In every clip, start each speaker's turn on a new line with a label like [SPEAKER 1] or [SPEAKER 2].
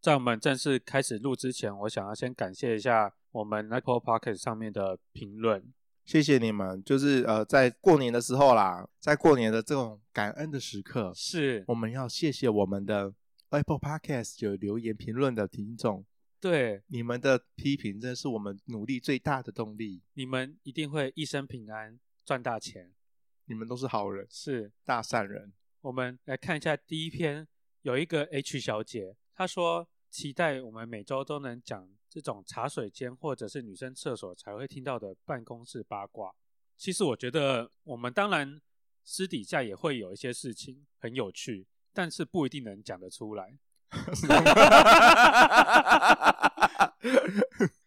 [SPEAKER 1] 在我们正式开始录之前，我想要先感谢一下我们 Apple p o c k e t 上面的评论。
[SPEAKER 2] 谢谢你们，就是呃，在过年的时候啦，在过年的这种感恩的时刻，
[SPEAKER 1] 是
[SPEAKER 2] 我们要谢谢我们的 Apple Podcast 有留言评论的听众，
[SPEAKER 1] 对
[SPEAKER 2] 你们的批评真的是我们努力最大的动力。
[SPEAKER 1] 你们一定会一生平安，赚大钱。
[SPEAKER 2] 你们都是好人，
[SPEAKER 1] 是
[SPEAKER 2] 大善人。
[SPEAKER 1] 我们来看一下第一篇，有一个 H 小姐，她说期待我们每周都能讲这种茶水间或者是女生厕所才会听到的办公室八卦。其实我觉得我们当然私底下也会有一些事情很有趣，但是不一定能讲得出来。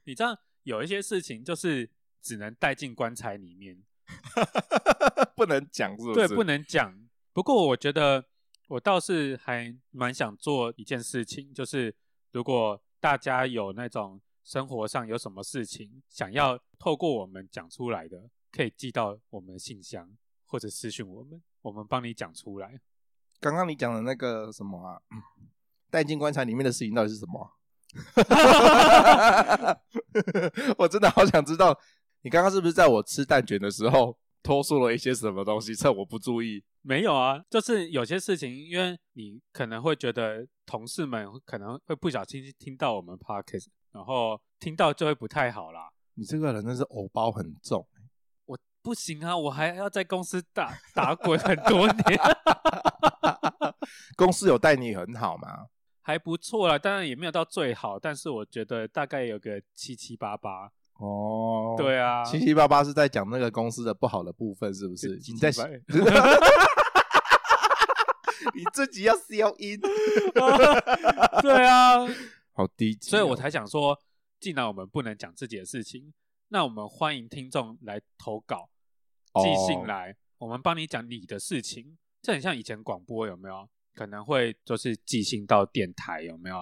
[SPEAKER 1] 你知道有一些事情就是只能带进棺材里面，
[SPEAKER 2] 不能讲是不是？
[SPEAKER 1] 对，不能讲。不过我觉得我倒是还蛮想做一件事情，就是如果大家有那种生活上有什么事情想要透过我们讲出来的，可以寄到我们的信箱或者私讯我们，我们帮你讲出来。
[SPEAKER 2] 刚刚你讲的那个什么啊，带进棺材里面的事情到底是什么 啊、我真的好想知道，你刚刚是不是在我吃蛋卷的时候偷说了一些什么东西，趁我不注意？
[SPEAKER 1] 没有啊，就是有些事情，因为你可能会觉得同事们可能会不小心听到我们 podcast，然后听到就会不太好啦。
[SPEAKER 2] 你这个人真是偶包很重，
[SPEAKER 1] 我不行啊，我还要在公司打打滚很多年，
[SPEAKER 2] 公司有待你很好吗？
[SPEAKER 1] 还不错啦，当然也没有到最好，但是我觉得大概有个七七八八。
[SPEAKER 2] 哦，
[SPEAKER 1] 对啊，
[SPEAKER 2] 七七八八是在讲那个公司的不好的部分，是不是？
[SPEAKER 1] 七
[SPEAKER 2] 你
[SPEAKER 1] 七
[SPEAKER 2] 在
[SPEAKER 1] 八
[SPEAKER 2] 你自己要消音，
[SPEAKER 1] 对啊，
[SPEAKER 2] 好低级哦、
[SPEAKER 1] 所以我才想说，既然我们不能讲自己的事情，那我们欢迎听众来投稿，
[SPEAKER 2] 哦
[SPEAKER 1] 寄信来，我们帮你讲你的事情。这很像以前广播有没有？可能会就是寄信到电台有没有？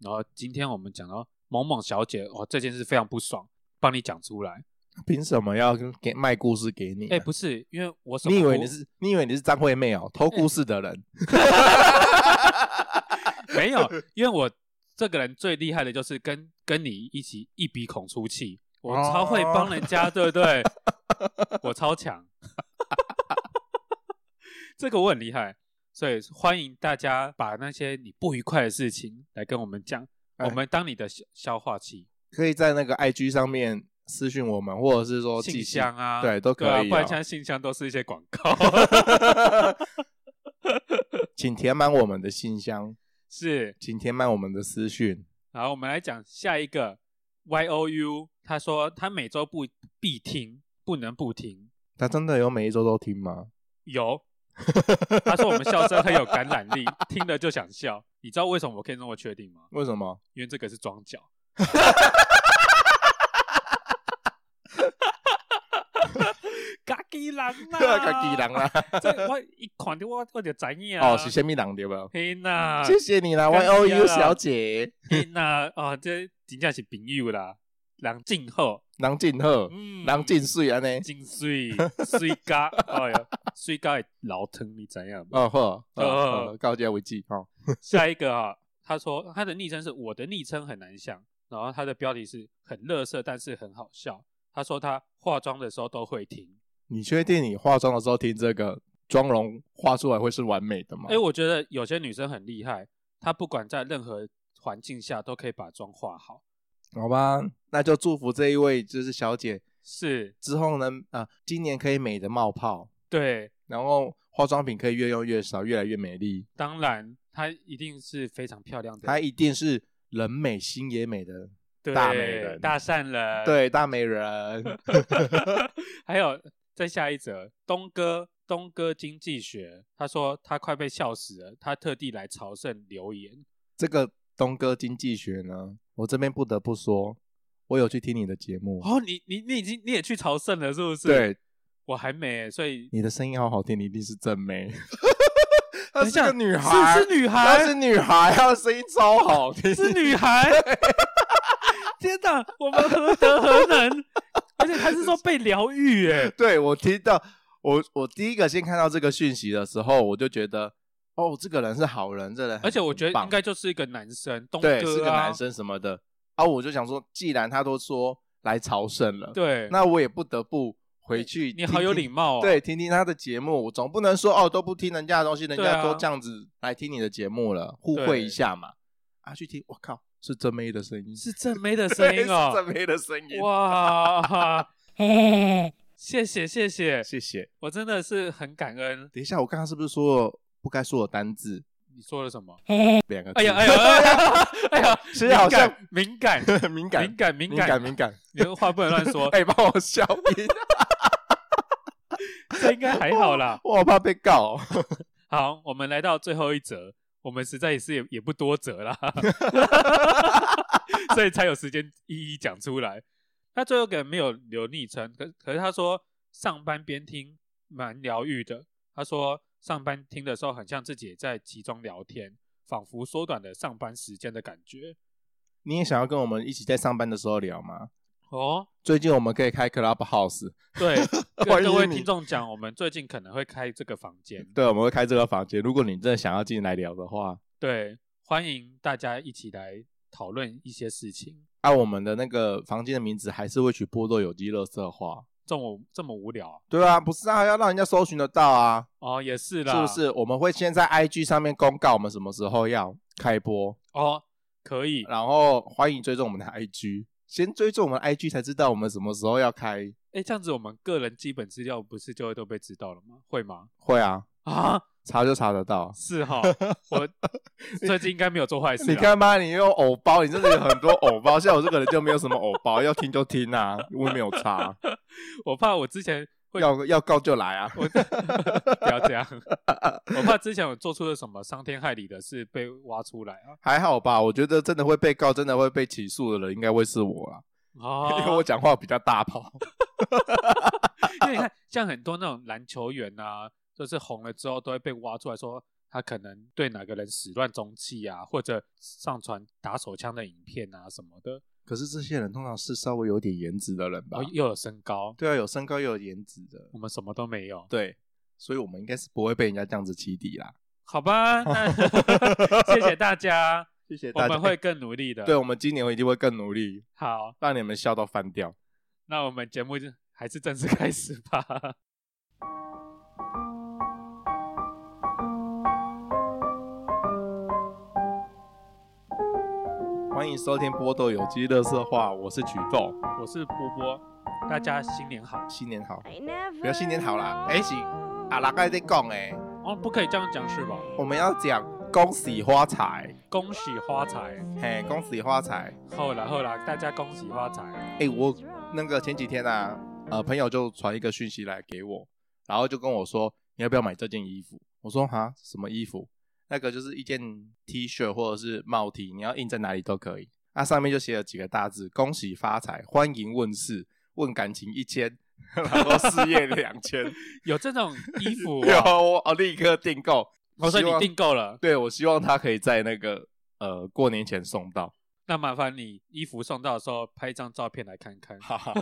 [SPEAKER 1] 然后今天我们讲到某某小姐哦，这件事非常不爽，帮你讲出来。
[SPEAKER 2] 凭什么要跟给卖故事给你啊？
[SPEAKER 1] 哎、不是，因为我什么嗯
[SPEAKER 2] 你以为
[SPEAKER 1] 不
[SPEAKER 2] 你是你以为你是张惠妹哦，偷故事的人。
[SPEAKER 1] 没有，因为我这个人最厉害的就是跟跟你一起一鼻孔出气，我
[SPEAKER 2] 哦
[SPEAKER 1] 超会帮人家，对不 对？我超强， 这个我很厉害，所以欢迎大家把那些你不愉快的事情来跟我们讲，
[SPEAKER 2] 哎
[SPEAKER 1] 我们当你的消消化器，
[SPEAKER 2] 可以在那个 IG 上面私讯我们，或者是说寄
[SPEAKER 1] 信
[SPEAKER 2] 信
[SPEAKER 1] 箱啊，
[SPEAKER 2] 对都可以
[SPEAKER 1] 啊
[SPEAKER 2] 哦
[SPEAKER 1] 不然现在信箱都是一些广 告，
[SPEAKER 2] 请填满我们的信箱，
[SPEAKER 1] 是。
[SPEAKER 2] 请填满我们的私讯。
[SPEAKER 1] 好，我们来讲下一个 Y O U，他说他每周不必听，不能不听。
[SPEAKER 2] 他真的有每一周都听吗？
[SPEAKER 1] 有，他说我们笑声很有感染力，听了就想笑。你知道为什么我可以那么确定吗？
[SPEAKER 2] 为什么？
[SPEAKER 1] 因为这个是装 脚。嘎吉狼 啊！
[SPEAKER 2] 卡 基郎啦！
[SPEAKER 1] 这我一看到我我就知影啊！
[SPEAKER 2] 哦，是虾米郎对吧？
[SPEAKER 1] 嘿呐，
[SPEAKER 2] 谢谢你啦
[SPEAKER 1] 啊感
[SPEAKER 2] ，Y
[SPEAKER 1] 谢
[SPEAKER 2] O U
[SPEAKER 1] 啦
[SPEAKER 2] 小姐，
[SPEAKER 1] 嘿呐，哦，这真正是朋友啦，人静候，
[SPEAKER 2] 郎静鹤，
[SPEAKER 1] 嗯，
[SPEAKER 2] 郎静水安呢？
[SPEAKER 1] 真水水咖，哎呀，水咖的老疼你怎样？
[SPEAKER 2] 哦呵，
[SPEAKER 1] 哦
[SPEAKER 2] 哦，告诫为记哦。
[SPEAKER 1] 下一个啊，他说他的昵称是我的昵称很难想，然后他的标题是很乐色，但是很好笑。他说他化妆的时候都会听，
[SPEAKER 2] 你确定你化妆的时候听这个妆容画出来会是完美的吗
[SPEAKER 1] 哎、？我觉得有些女生很厉害，她不管在任何环境下都可以把妆化好。
[SPEAKER 2] 好吧，那就祝福这一位就是小姐
[SPEAKER 1] 是，
[SPEAKER 2] 之后呢，啊、今年可以美的冒泡，
[SPEAKER 1] 对，
[SPEAKER 2] 然后化妆品可以越用越少，越来越美丽。
[SPEAKER 1] 当然她一定是非常漂亮的，
[SPEAKER 2] 她一定是人美心也美的，
[SPEAKER 1] 对
[SPEAKER 2] 大美人
[SPEAKER 1] 大善人，
[SPEAKER 2] 对大美人。
[SPEAKER 1] 还有再下一则，东哥，东哥经济学，他说他快被笑死了，他特地来朝圣留言。
[SPEAKER 2] 这个东哥经济学呢，我这边不得不说，我有去听你的节目，
[SPEAKER 1] 哦，你你你已经你也去朝圣了，是不是？，
[SPEAKER 2] 对，
[SPEAKER 1] 我还没，所以
[SPEAKER 2] 你的声音好好听，你一定是正妹。她
[SPEAKER 1] 等一
[SPEAKER 2] 是
[SPEAKER 1] 下
[SPEAKER 2] 个女孩，
[SPEAKER 1] 是是女
[SPEAKER 2] 她是
[SPEAKER 1] 孩，
[SPEAKER 2] 女孩，她的声音超好 听。
[SPEAKER 1] 是女孩。天哪，我们何德何能？而且他是说被疗愈， 哎，
[SPEAKER 2] 对我听到我我第一个先看到这个讯息的时候，我就觉得哦，哦，这个人是好人，这个人很
[SPEAKER 1] 而且我觉
[SPEAKER 2] 很
[SPEAKER 1] 得
[SPEAKER 2] 棒
[SPEAKER 1] 应该就是一个男生，东哥、啊、
[SPEAKER 2] 对是个男，生什么的啊，我就想说，既然他都说来朝圣了，
[SPEAKER 1] 对，
[SPEAKER 2] 那我也不得不回去
[SPEAKER 1] 你好有礼
[SPEAKER 2] 貌、
[SPEAKER 1] 貌哦，
[SPEAKER 2] 对，听听他的节目，我总不能说哦都不听人家的东西，人
[SPEAKER 1] 对啊
[SPEAKER 2] 家都这样子来听你的节目了，互惠一下嘛。啊，去听，我靠，是真妹的声音，
[SPEAKER 1] 是正妹的声音
[SPEAKER 2] 对是
[SPEAKER 1] 哦，
[SPEAKER 2] 真妹的声音，
[SPEAKER 1] 哇，谢谢谢谢，
[SPEAKER 2] 谢谢。
[SPEAKER 1] 我真的是很感恩。
[SPEAKER 2] 等一下，我刚刚是不是说了不该说的单字
[SPEAKER 1] 你说了什么？
[SPEAKER 2] 两个字？
[SPEAKER 1] 哎呀哎呀哎 呀哎呀！
[SPEAKER 2] 其实好像
[SPEAKER 1] 敏感
[SPEAKER 2] 敏
[SPEAKER 1] 敏感
[SPEAKER 2] 感
[SPEAKER 1] 敏感敏
[SPEAKER 2] 敏感敏感，
[SPEAKER 1] 你的话不能乱说，
[SPEAKER 2] 哎、帮我消音，
[SPEAKER 1] 这应该还好啦。
[SPEAKER 2] 我好怕被告、哦
[SPEAKER 1] 好，我们来到最后一则，我们实在也是也也不多折 啦，所以才有时间一一讲出来。他最后给没有留昵称，可可是他说上班边听蛮疗愈的。他说上班听的时候很像自己也在其中聊天，仿佛缩短了上班时间的感觉。
[SPEAKER 2] 你也想要跟我们一起在上班的时候聊吗？
[SPEAKER 1] 哦，
[SPEAKER 2] 最近我们可以开 Clubhouse，
[SPEAKER 1] 对，
[SPEAKER 2] 欢
[SPEAKER 1] 跟
[SPEAKER 2] 迎
[SPEAKER 1] 各位
[SPEAKER 2] 你
[SPEAKER 1] 听众讲，我们最近可能会开这个房间，
[SPEAKER 2] 对，我们会开这个房间。如果你真的想要进来聊的话，
[SPEAKER 1] 对，欢迎大家一起来讨论一些事情。
[SPEAKER 2] 按、啊我们的那个房间的名字还是会取波多有机乐色化。
[SPEAKER 1] 这么这么无聊啊、
[SPEAKER 2] 对啊，不是啊，要让人家搜寻得到啊，
[SPEAKER 1] 哦，也是
[SPEAKER 2] 是
[SPEAKER 1] 啦，
[SPEAKER 2] 不是？我们会先在 IG 上面公告我们什么时候要开播，
[SPEAKER 1] 哦，可以，
[SPEAKER 2] 然后欢迎追踪我们的 IG，先追踪我们的 IG 才知道我们什么时候要开。
[SPEAKER 1] 哎，这样子我们个人基本资料不是就会都被知道了吗？会吗？
[SPEAKER 2] 会啊，
[SPEAKER 1] 啊，
[SPEAKER 2] 查就查得到。
[SPEAKER 1] 是哈， 我最近应该没有做坏事啊。
[SPEAKER 2] 你看吧，你用偶包，你真的有很多偶包。像我这个人就没有什么偶包，要听就听啊，我也没有查，
[SPEAKER 1] 我怕我之前 会，
[SPEAKER 2] 要要告就来啊。
[SPEAKER 1] 我不要这样， 我怕之前我做出了什么伤天害理的事被挖出来 啊。
[SPEAKER 2] 还好吧，我觉得真的会被告、真的会被起诉的人，应该会是我啦，因为
[SPEAKER 1] 哦
[SPEAKER 2] 我，讲话比较 大炮。
[SPEAKER 1] 因为你看，像很多那种篮球员啊，就是红了之后都会被挖出来说。他可能对哪个人始乱终弃啊，或者上传打手枪的影片啊什么的，
[SPEAKER 2] 可是这些人通常是稍微有点颜值的人吧？
[SPEAKER 1] 然后又有身高，
[SPEAKER 2] 对啊，有身高又有颜值的，
[SPEAKER 1] 我们什么都没有。
[SPEAKER 2] 对，所以我们应该是不会被人家这样子起底啦。
[SPEAKER 1] 好吧， 那谢谢大家，
[SPEAKER 2] 谢谢
[SPEAKER 1] 我
[SPEAKER 2] 大家，
[SPEAKER 1] 们会更努力的。
[SPEAKER 2] 对我们今年一定会更努力，
[SPEAKER 1] 好，
[SPEAKER 2] 让你们笑到翻掉。
[SPEAKER 1] 那我们节目就还是正式开始吧。
[SPEAKER 2] 欢迎收听波豆有机乐色话，我是曲豆，
[SPEAKER 1] 我是波波，大家新年好。
[SPEAKER 2] 新年好。
[SPEAKER 3] 不要新年好啦，哎、行
[SPEAKER 2] 啊，
[SPEAKER 3] 啊
[SPEAKER 2] 拉
[SPEAKER 3] 啦，
[SPEAKER 2] 盖在讲哎，
[SPEAKER 1] 哦，不可以这样讲是吧？
[SPEAKER 2] 我们要讲恭喜发财，
[SPEAKER 1] 恭喜发财，
[SPEAKER 2] 嘿，恭喜发财。
[SPEAKER 1] 后啦后啦，大家恭喜发财。
[SPEAKER 2] 哎、我那个前几天啊，呃，朋友就传一个讯息来给我，然后就跟我说你要不要买这件衣服？我说哈，什么衣服？那个就是一件 T 恤或者是帽 T，你要印在哪里都可以。那、上面就写了几个大字：恭喜发财，欢迎问世，问感情一千， 然后事业两千。
[SPEAKER 1] 有这种衣服、
[SPEAKER 2] 有
[SPEAKER 1] 哦，
[SPEAKER 2] 我哦，立刻订购。
[SPEAKER 1] 我说
[SPEAKER 2] 希
[SPEAKER 1] 哦你
[SPEAKER 2] 望
[SPEAKER 1] 订购了，
[SPEAKER 2] 对，我希望他可以在那个呃过年前送到。
[SPEAKER 1] 那麻烦你衣服送到的时候拍一张照片来看看。
[SPEAKER 2] 哈哈，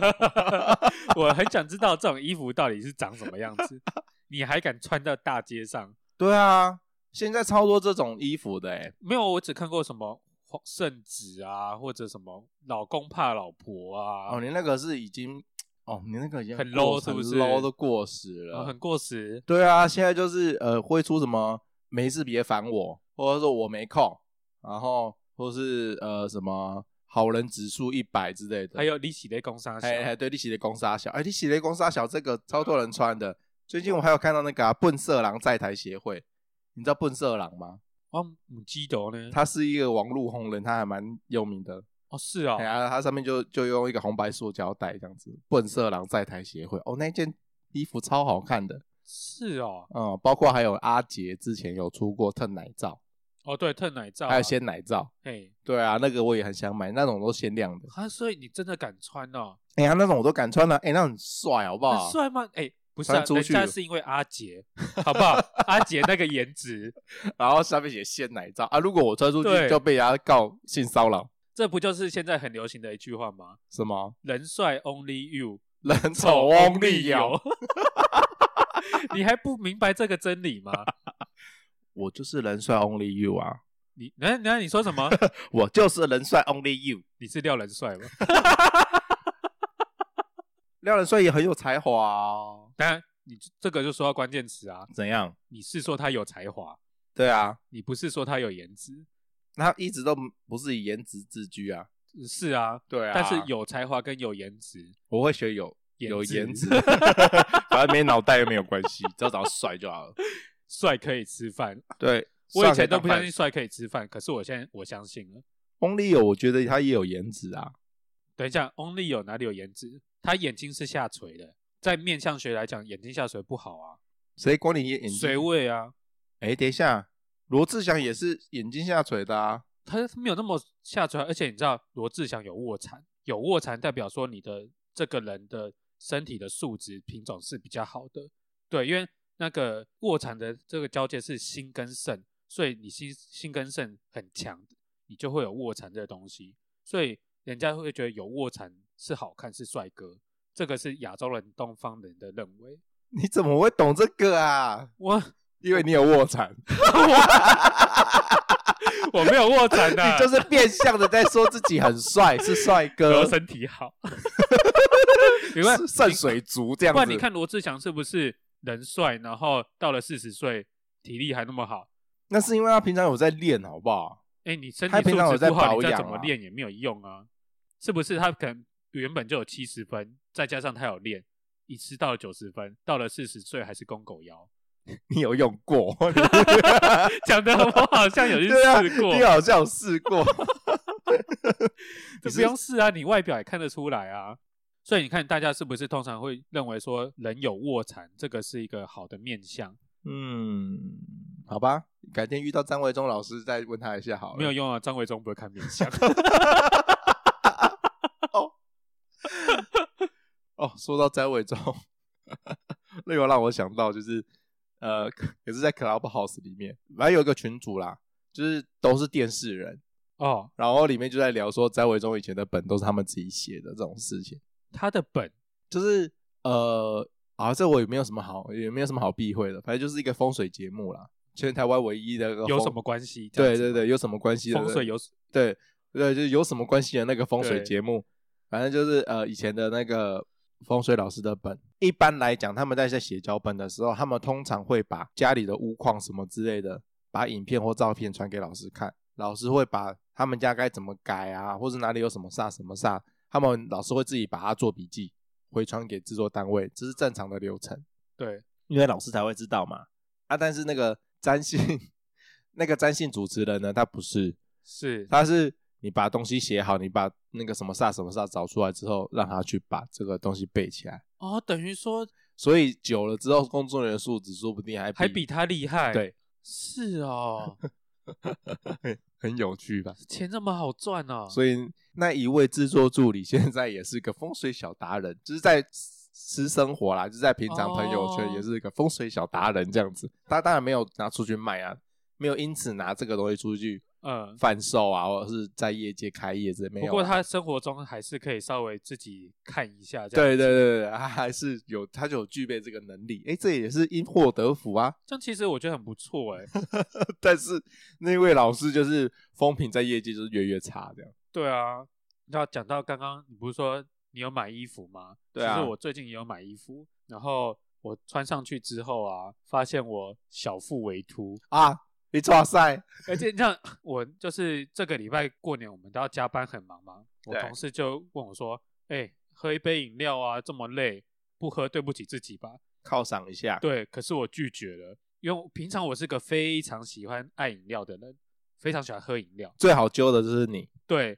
[SPEAKER 1] 我很想知道这种衣服到底是长什么样子， 你还敢穿到大街上？
[SPEAKER 2] 对啊，现在超多这种衣服的哎、
[SPEAKER 1] 没有，我只看过什么黄圣子啊，或者什么老公怕老婆啊，
[SPEAKER 2] 哦，你那个是已经哦，你那个已经
[SPEAKER 1] 很
[SPEAKER 2] 过
[SPEAKER 1] low 是不是
[SPEAKER 2] 很 low 都过时
[SPEAKER 1] 呃
[SPEAKER 2] 了。
[SPEAKER 1] 很过时。
[SPEAKER 2] 对啊，现在就是呃，会出什么没事别烦我，或者说我没空，然后或是呃什么好人指数一百之类的。
[SPEAKER 1] 还有李喜雷工商小，
[SPEAKER 2] 哎哎，对，利息雷公沙小，哎，利息雷公沙小这个超多人穿的。最近我还有看到那个、啊、笨色狼在台协会，你知道笨色狼吗？
[SPEAKER 1] 哇，哦母鸡头呢？
[SPEAKER 2] 他是一个网络红人，他还蛮有名的。
[SPEAKER 1] 哦是哦
[SPEAKER 2] 哎，呀，它上面就就用一个红白塑胶袋这样子，笨色狼在台协会哦，那件衣服超好看的，
[SPEAKER 1] 是哦，
[SPEAKER 2] 嗯，包括还有阿杰之前有出过特奶罩，
[SPEAKER 1] 哦对，特奶罩啊，
[SPEAKER 2] 还有鲜奶罩，
[SPEAKER 1] 哎，
[SPEAKER 2] 对啊，那个我也很想买，那种都限量的，
[SPEAKER 1] 啊，所以你真的敢穿哦？
[SPEAKER 2] 哎呀，那种我都敢穿了、哎、那很帅好不好？
[SPEAKER 1] 很帅吗？哎，不是啊，
[SPEAKER 2] 穿哦出
[SPEAKER 1] 人
[SPEAKER 2] 去
[SPEAKER 1] 家
[SPEAKER 2] 了
[SPEAKER 1] 是因为阿杰， 好不好？阿杰那个颜值，
[SPEAKER 2] 然后下面写鲜奶罩啊，如果我穿出
[SPEAKER 1] 对
[SPEAKER 2] 去就被人家告性骚扰，
[SPEAKER 1] 这不就是现在很流行的一句话吗？
[SPEAKER 2] 什么
[SPEAKER 1] 人帅 only you，
[SPEAKER 2] 人丑 翁立友，。
[SPEAKER 1] 你还不明白这个真理吗？
[SPEAKER 2] 我就是人帅 Only You 啊，
[SPEAKER 1] 你那那你说什么？
[SPEAKER 2] 我就是人帅 Only You。
[SPEAKER 1] 你是廖人帅吗？
[SPEAKER 2] 廖人帅也很有才华、啊，
[SPEAKER 1] 当然，你这个就说到关键词啊，
[SPEAKER 2] 怎样？
[SPEAKER 1] 你是说他有才华，
[SPEAKER 2] 对啊，
[SPEAKER 1] 你不是说他有颜值，
[SPEAKER 2] 他一直都不是以颜值自居啊。
[SPEAKER 1] 是啊，
[SPEAKER 2] 对啊
[SPEAKER 1] 但是有才华跟有颜值，
[SPEAKER 2] 我会学有有
[SPEAKER 1] 值
[SPEAKER 2] 颜值，反正没脑袋又没有关系，只要找帅就好了。
[SPEAKER 1] 帅可以吃饭。
[SPEAKER 2] 对，
[SPEAKER 1] 我以
[SPEAKER 2] 上
[SPEAKER 1] 前
[SPEAKER 2] 海
[SPEAKER 1] 都
[SPEAKER 2] 港
[SPEAKER 1] 不
[SPEAKER 2] 版
[SPEAKER 1] 相信帅可以吃饭，可是我现在我相信了。
[SPEAKER 2] Only 有，我觉得他也有颜值啊。
[SPEAKER 1] 等一下，Only 有哪里有颜值？他眼睛是下垂的，在面相学来讲，眼睛下垂不好啊，
[SPEAKER 2] 谁管你眼睛？
[SPEAKER 1] 水位啊，
[SPEAKER 2] 哎，等一下，罗志祥也是眼睛下垂的啊。
[SPEAKER 1] 他没有那么下垂。而且你知道，罗志祥有卧蚕，有卧蚕代表说你的这个人的身体的素质品种是比较好的。对，因为那个卧蚕的这个交界是心跟肾，所以你心心跟肾很强，你就会有卧蚕这个东西，所以人家会觉得有卧蚕是好看，是帅哥。这个是亚洲人、东方人的认为。
[SPEAKER 2] 你怎么会懂这个啊？
[SPEAKER 1] 我
[SPEAKER 2] 因为你有卧蚕，
[SPEAKER 1] 我没有卧蚕啊的、
[SPEAKER 2] 你就是变相的在说自己很帅，是帅
[SPEAKER 1] 我
[SPEAKER 2] 哥，
[SPEAKER 1] 身体 好。 你问
[SPEAKER 2] 是圣水族这样
[SPEAKER 1] 不
[SPEAKER 2] 子。
[SPEAKER 1] 然你看罗志祥是不是人帅，然后到了四十岁体力还那么好？
[SPEAKER 2] 那是因为他平常有在练，好不好？
[SPEAKER 1] 哎，你身体
[SPEAKER 2] 他
[SPEAKER 1] 素
[SPEAKER 2] 平常有
[SPEAKER 1] 质
[SPEAKER 2] 在
[SPEAKER 1] 不好，
[SPEAKER 2] 保
[SPEAKER 1] 你再
[SPEAKER 2] 养
[SPEAKER 1] 怎么
[SPEAKER 2] 啊
[SPEAKER 1] 练也没有用啊。是不是他可能原本就有七十分，再加上他有练，一次到了九十分，到了四十岁还是公狗腰？
[SPEAKER 2] 你有用过？
[SPEAKER 1] 讲的我好像有去
[SPEAKER 2] 对啊，
[SPEAKER 1] 试过
[SPEAKER 2] 你，好像有 试过。
[SPEAKER 1] 这不用试啊，你外表也看得出来啊。所以你看，大家是不是通常会认为说人有卧蚕，这个是一个好的面相？
[SPEAKER 2] 嗯，好吧，改天遇到张维忠老师再问他一下好了。
[SPEAKER 1] 没有用啊，张维忠不会看面 相。
[SPEAKER 2] 哦，说到张伟忠， 那有让我想到就是，呃， 也是在 Clubhouse 里面，反正有一个群组啦，就是都是电视人，
[SPEAKER 1] 哦，
[SPEAKER 2] 然后里面就在聊说张伟忠以前的本都是他们自己写的这种事情，
[SPEAKER 1] 他的本
[SPEAKER 2] 就是呃啊，这我也没有什么好，也没有什么好避讳的，反正就是一个风水节目啦，全台湾唯一的一个
[SPEAKER 1] 有
[SPEAKER 2] 风
[SPEAKER 1] 什么？关系？这样
[SPEAKER 2] 对
[SPEAKER 1] 子
[SPEAKER 2] 对
[SPEAKER 1] 吗
[SPEAKER 2] 对，，有什么关系的？
[SPEAKER 1] 风水有
[SPEAKER 2] 对对，就是有什么关系的那个风水
[SPEAKER 1] 对
[SPEAKER 2] 节目，反正就是呃以前的那个风水老师的本。一般来讲，他们在在写脚本的时候，他们通常会把家里的屋况什么之类的，把影片或照片传给老师看，老师会把他们家该怎么改啊，或是哪里有什么煞什么煞，他们老师会自己把它做笔记，回传给制作单位，这是正常的流程。
[SPEAKER 1] 对
[SPEAKER 2] 因为老师才会知道嘛。啊，但是那个占星， 那个占星主持人呢，他不是，
[SPEAKER 1] 是
[SPEAKER 2] 他是你把东西写好，你把那个什么煞什么煞找出来之后，让他去把这个东西背起来。
[SPEAKER 1] 哦，等于
[SPEAKER 2] 嗯
[SPEAKER 1] 说
[SPEAKER 2] 所以久了之后，工作人员的素质说不定还
[SPEAKER 1] 还 比 他厉害。
[SPEAKER 2] 对，
[SPEAKER 1] 是哦，
[SPEAKER 2] 很有趣吧。
[SPEAKER 1] 钱这么好赚哦。
[SPEAKER 2] 所以那一位制作助理现在也是个风水小达人，就是在私生活啦，就是在平常朋友圈
[SPEAKER 1] 哦
[SPEAKER 2] 也是一个风水小达人这样子。他当然没有拿出去卖啊，没有因此拿这个东西出去
[SPEAKER 1] 嗯，
[SPEAKER 2] 贩售啊，或者是在业界开业之类没有啊、
[SPEAKER 1] 不过他生活中还是可以稍微自己看一下，这样
[SPEAKER 2] 对对对对，他还是有，他就有具备这个能力。哎，这也是因祸得福啊。
[SPEAKER 1] 这样其实我觉得很不错哎。
[SPEAKER 2] 但是那位老师就是风评在业界就是越来越差这样。
[SPEAKER 1] 对啊，那讲到刚刚，你不是说你有买衣服吗？
[SPEAKER 2] 对啊
[SPEAKER 1] 其实我最近也有买衣服，然后我穿上去之后啊，发现我小腹微凸，
[SPEAKER 2] 啊，你抓塞，
[SPEAKER 1] 而且你知道，我就是这个礼拜过年我们都要加班，很忙嘛。我
[SPEAKER 2] 对
[SPEAKER 1] 同事就问我说：“哎、喝一杯饮料啊，这么累，不喝对不起自己吧
[SPEAKER 2] 犒赏一下？”。
[SPEAKER 1] 对，可是我拒绝了，因为我平常我是个非常喜欢爱饮料的人，非常喜欢喝饮料。
[SPEAKER 2] 最好揪的就是你，
[SPEAKER 1] 对，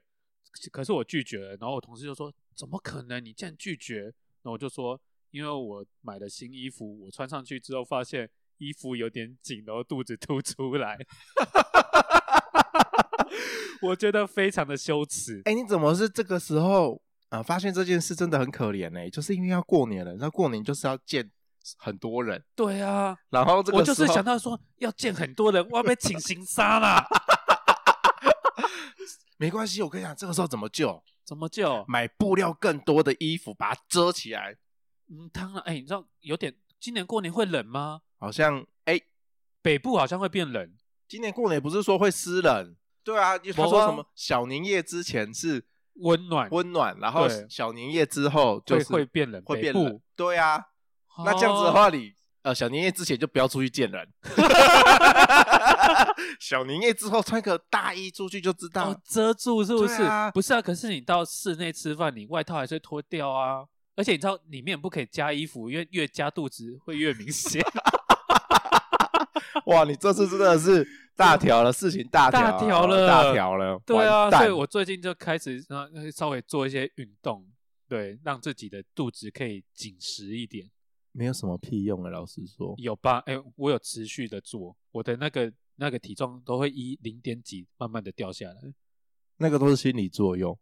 [SPEAKER 1] 可是我拒绝了。然后我同事就说：“怎么可能？你竟然拒绝？”然后我就说：“因为我买了新衣服，我穿上去之后发现衣服有点紧，然后肚子凸出来， 我觉得非常的羞耻。
[SPEAKER 2] 哎、你怎么是这个时候啊、发现这件事真的很可怜呢、就是因为要过年了，那过年就是要见很多人，
[SPEAKER 1] 对啊，
[SPEAKER 2] 然后这个
[SPEAKER 1] 我就是
[SPEAKER 2] 时候
[SPEAKER 1] 想到说要见很多人，我要被请行杀啦，
[SPEAKER 2] 没关系，我跟你讲，这个时候怎么救？
[SPEAKER 1] 怎么救？
[SPEAKER 2] 买布料更多的衣服把它遮起来，
[SPEAKER 1] 嗯，当然，哎、你知道有点今年过年会冷吗？
[SPEAKER 2] 好像哎、
[SPEAKER 1] 北部好像会变冷，
[SPEAKER 2] 今年过年不是说会湿冷？对啊，因为他
[SPEAKER 1] 没
[SPEAKER 2] 说
[SPEAKER 1] 啊
[SPEAKER 2] 什么小年夜之前是
[SPEAKER 1] 温暖
[SPEAKER 2] 温暖，然后
[SPEAKER 1] 对
[SPEAKER 2] 小年夜之后就
[SPEAKER 1] 会
[SPEAKER 2] 是
[SPEAKER 1] 会变冷，
[SPEAKER 2] 会
[SPEAKER 1] 北
[SPEAKER 2] 变
[SPEAKER 1] 部
[SPEAKER 2] 冷。。对啊，那这样子的
[SPEAKER 1] 哦，
[SPEAKER 2] 话你，呃小年夜之前就不要出去见 人，小年夜之后穿个大衣出去就知道。
[SPEAKER 1] 哦，遮住是不是？
[SPEAKER 2] 对啊
[SPEAKER 1] 不是啊，可是你到室内吃饭，你外套还是会脱掉啊。而且你知道里面不可以加衣服，因为越加肚子会越明 显。
[SPEAKER 2] 哇，你这次真的是大条了，事情大条
[SPEAKER 1] 大条了
[SPEAKER 2] 大条了。
[SPEAKER 1] 对啊，
[SPEAKER 2] 完蛋
[SPEAKER 1] 所以我最近就开始呃稍微做一些运动，对，让自己的肚子可以紧实一点。
[SPEAKER 2] 没有什么屁用啊，老实说。
[SPEAKER 1] 有吧？哎、我有持续的做，我的那个那个体重都会一零点几慢慢的掉下来，
[SPEAKER 2] 那个都是心理作用。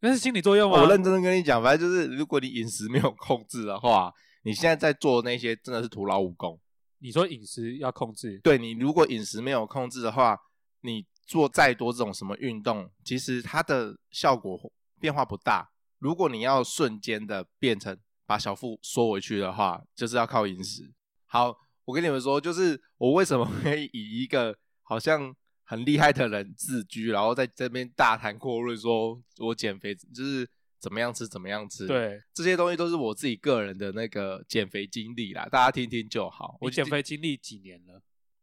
[SPEAKER 1] 那是心理作用吗？
[SPEAKER 2] 哦我认真的跟你讲，反正就是如果你饮食没有控制的话，你现在在做那些真的是徒劳无功。
[SPEAKER 1] 你说饮食要控制，
[SPEAKER 2] 对你如果饮食没有控制的话，你做再多这种什么运动，其实它的效果变化不大。如果你要瞬间的变成把小腹缩回去的话，就是要靠饮食。好，我跟你们说，就是我为什么会以一个好像很厉害的人自居，然后在这边大谈阔论，说我减肥就是怎么样吃怎么样吃。，
[SPEAKER 1] 对
[SPEAKER 2] 这些东西都是我自己个人的那个减肥经历啦，大家听听就好。
[SPEAKER 1] 我
[SPEAKER 2] 我
[SPEAKER 1] 减肥经历几年了？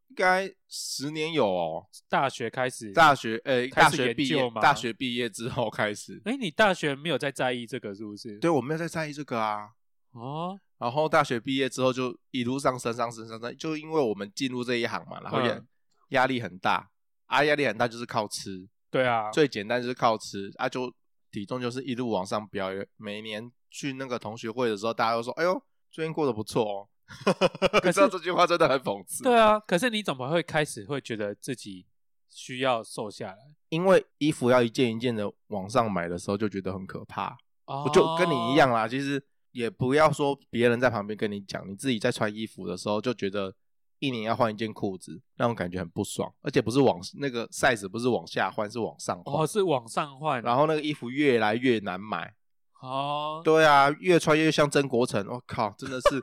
[SPEAKER 2] 应该十年有哦，
[SPEAKER 1] 大学开始，
[SPEAKER 2] 大学呃，
[SPEAKER 1] 开
[SPEAKER 2] 大
[SPEAKER 1] 始
[SPEAKER 2] 学
[SPEAKER 1] 研
[SPEAKER 2] 毕
[SPEAKER 1] 究
[SPEAKER 2] 业，
[SPEAKER 1] 吗
[SPEAKER 2] 大学毕业之后开始。
[SPEAKER 1] 哎、你大学没有在在意这个是不是？
[SPEAKER 2] 对，我没有在在意这个啊。
[SPEAKER 1] 哦，
[SPEAKER 2] 然后大学毕业之后就一路上升上升上升，就因为我们进入这一行嘛，然后也
[SPEAKER 1] 嗯
[SPEAKER 2] 压力很大啊，压力很大就是靠吃，
[SPEAKER 1] 对啊，
[SPEAKER 2] 最简单就是靠吃啊，就体重就是一路往上飙。每年去那个同学会的时候，大家都说：“哎呦，最近过得不错哦。” 你知道这句话真的很讽刺，
[SPEAKER 1] 对啊。可是你怎么会开始会觉得自己需要瘦下来？
[SPEAKER 2] 因为衣服要一件一件的往上买的时候，就觉得很可怕。
[SPEAKER 1] 哦
[SPEAKER 2] 我就跟你一样啦，其实也不要说别人在旁边跟你讲，你自己在穿衣服的时候就觉得一年要换一件裤子，那种感觉很不爽，而且不是往那个 size 不是往下换，是往上换，
[SPEAKER 1] 哦，是往上换，
[SPEAKER 2] 然后那个衣服越来越难买。
[SPEAKER 1] 哦，
[SPEAKER 2] 对啊，越穿越像曾国成，我、靠，真的是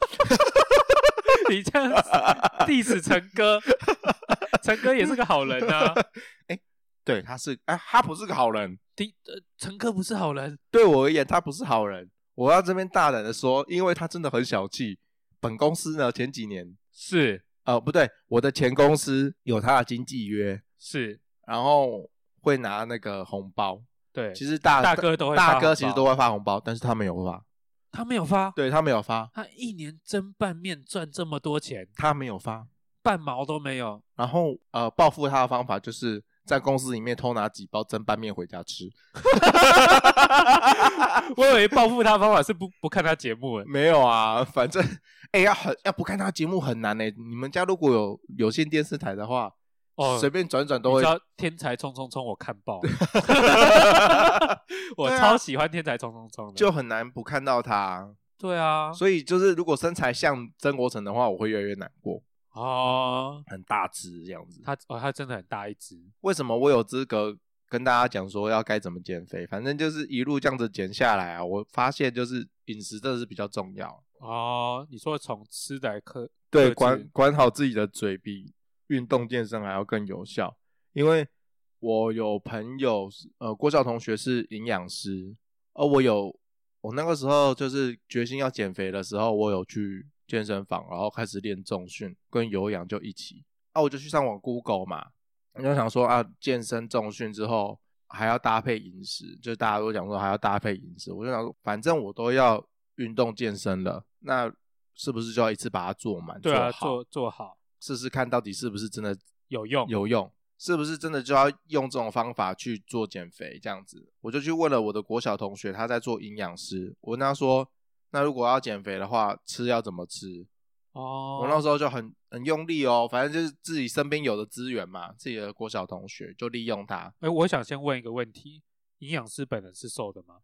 [SPEAKER 1] 你这样子 diss 陈 哥，陈哥也是个好人啊。
[SPEAKER 2] 对，他是哎、他不是个好人，
[SPEAKER 1] 第呃，陈哥不是好人，
[SPEAKER 2] 对我而言他不是好人。我要这边大胆的说，因为他真的很小气。本公司呢前几年，
[SPEAKER 1] 是
[SPEAKER 2] 呃，不对，我的前公司有他的经纪约，
[SPEAKER 1] 是，
[SPEAKER 2] 然后会拿那个红包。
[SPEAKER 1] 对，
[SPEAKER 2] 其实大
[SPEAKER 1] 大哥都会发
[SPEAKER 2] 大
[SPEAKER 1] 红
[SPEAKER 2] 哥其实
[SPEAKER 1] 包
[SPEAKER 2] 都会发红包，但是他没有发，
[SPEAKER 1] 他没有发，
[SPEAKER 2] 对他没有发，
[SPEAKER 1] 他一年蒸拌面赚这么多钱，
[SPEAKER 2] 他没有发。
[SPEAKER 1] 半毛都没有。
[SPEAKER 2] 然后呃，报复他的方法就是在公司里面偷拿几包蒸拌面回家吃。
[SPEAKER 1] 我以为报复他的方法是不不看他节目，哎，
[SPEAKER 2] 没有啊，反正哎、要很要不看他节目很难呢、你们家如果有有线电视台的话，
[SPEAKER 1] 哦，
[SPEAKER 2] 随便转转都
[SPEAKER 1] 你
[SPEAKER 2] 会
[SPEAKER 1] 知。道《天才冲冲冲》我看 爆，我
[SPEAKER 2] 对啊
[SPEAKER 1] 超喜欢《天才冲冲冲》的。
[SPEAKER 2] 就很难不看到他，
[SPEAKER 1] 对啊，
[SPEAKER 2] 所以就是如果身材像曾国成的话，我会越来越难过，
[SPEAKER 1] 哦，
[SPEAKER 2] 很大只这样子。
[SPEAKER 1] 他哦他真的很大一只，
[SPEAKER 2] 为什么我有资格跟大家讲说要该怎么减肥？反正就是一路这样子减下来啊，我发现就是饮食真的是比较重要，
[SPEAKER 1] 哦，你说从吃来克克
[SPEAKER 2] 对，
[SPEAKER 1] 制
[SPEAKER 2] 管管好自己的嘴比运动健身还要更有效。因为我有朋友是，呃，郭晓同学是营养师，而我有我那个时候就是决心要减肥的时候，我有去健身房，然后开始练重训跟有氧就一起。啊，我就去上网 Google 嘛，我就想说啊，健身重训之后还要搭配饮食，就大家都讲说还要搭配饮食，我就想说，反正我都要运动健身了，那是不是就要一次把它做满？
[SPEAKER 1] 对啊，
[SPEAKER 2] 好
[SPEAKER 1] 做做好
[SPEAKER 2] 试试看到底是不是真的
[SPEAKER 1] 有用，
[SPEAKER 2] 有用，是不是真的就要用这种方法去做减肥这样子？我就去问了我的国小同学，他在做营养师，我问他说，那如果要减肥的话，吃要怎么吃？
[SPEAKER 1] 哦。
[SPEAKER 2] 我那时候就很很用力哦，反正就是自己身边有的资源嘛，自己的国小同学就利用它。
[SPEAKER 1] 哎，我想先问一个问题：营养师本人是瘦的吗？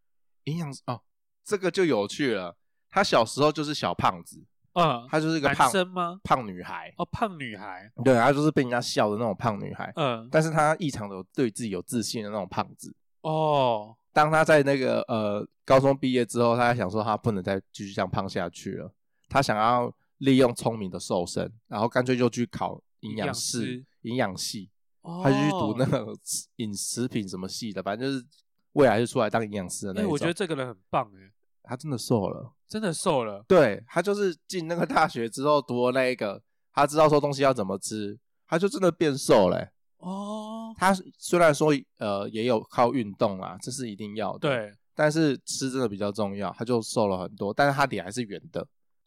[SPEAKER 2] 营养师哦，这个就有趣了。她小时候就是小胖子，
[SPEAKER 1] 嗯，
[SPEAKER 2] 她就是一个
[SPEAKER 1] 男
[SPEAKER 2] 胖
[SPEAKER 1] 生吗？
[SPEAKER 2] 胖女孩，
[SPEAKER 1] 哦，胖女孩，
[SPEAKER 2] 对，她就是被人家笑的那种胖女孩。
[SPEAKER 1] 嗯，
[SPEAKER 2] 但是她异常的有对自己有自信的那种胖子。
[SPEAKER 1] 哦，
[SPEAKER 2] 当她在那个呃高中毕业之后，她还想说她不能再继续这样胖下去了，她想要利用聪明的瘦身，然后干脆就去考营
[SPEAKER 1] 营
[SPEAKER 2] 养
[SPEAKER 1] 养
[SPEAKER 2] 师
[SPEAKER 1] 师、
[SPEAKER 2] 营养系，
[SPEAKER 1] 哦
[SPEAKER 2] 他就去读那个吃饮食品什么系的，反正就是未来就出来当营养师的那
[SPEAKER 1] 哎，
[SPEAKER 2] 一种。
[SPEAKER 1] 我觉得这个人很棒哎，
[SPEAKER 2] 他真的瘦了，
[SPEAKER 1] 真的瘦了。
[SPEAKER 2] 对他就是进那个大学之后读了那一个，他知道说东西要怎么吃，他就真的变瘦了欸、
[SPEAKER 1] 哦，
[SPEAKER 2] 他虽然说呃也有靠运动啦，这是一定要的，，
[SPEAKER 1] 对，
[SPEAKER 2] 但是吃真的比较重要，他就瘦了很多，但是他脸还是圆的，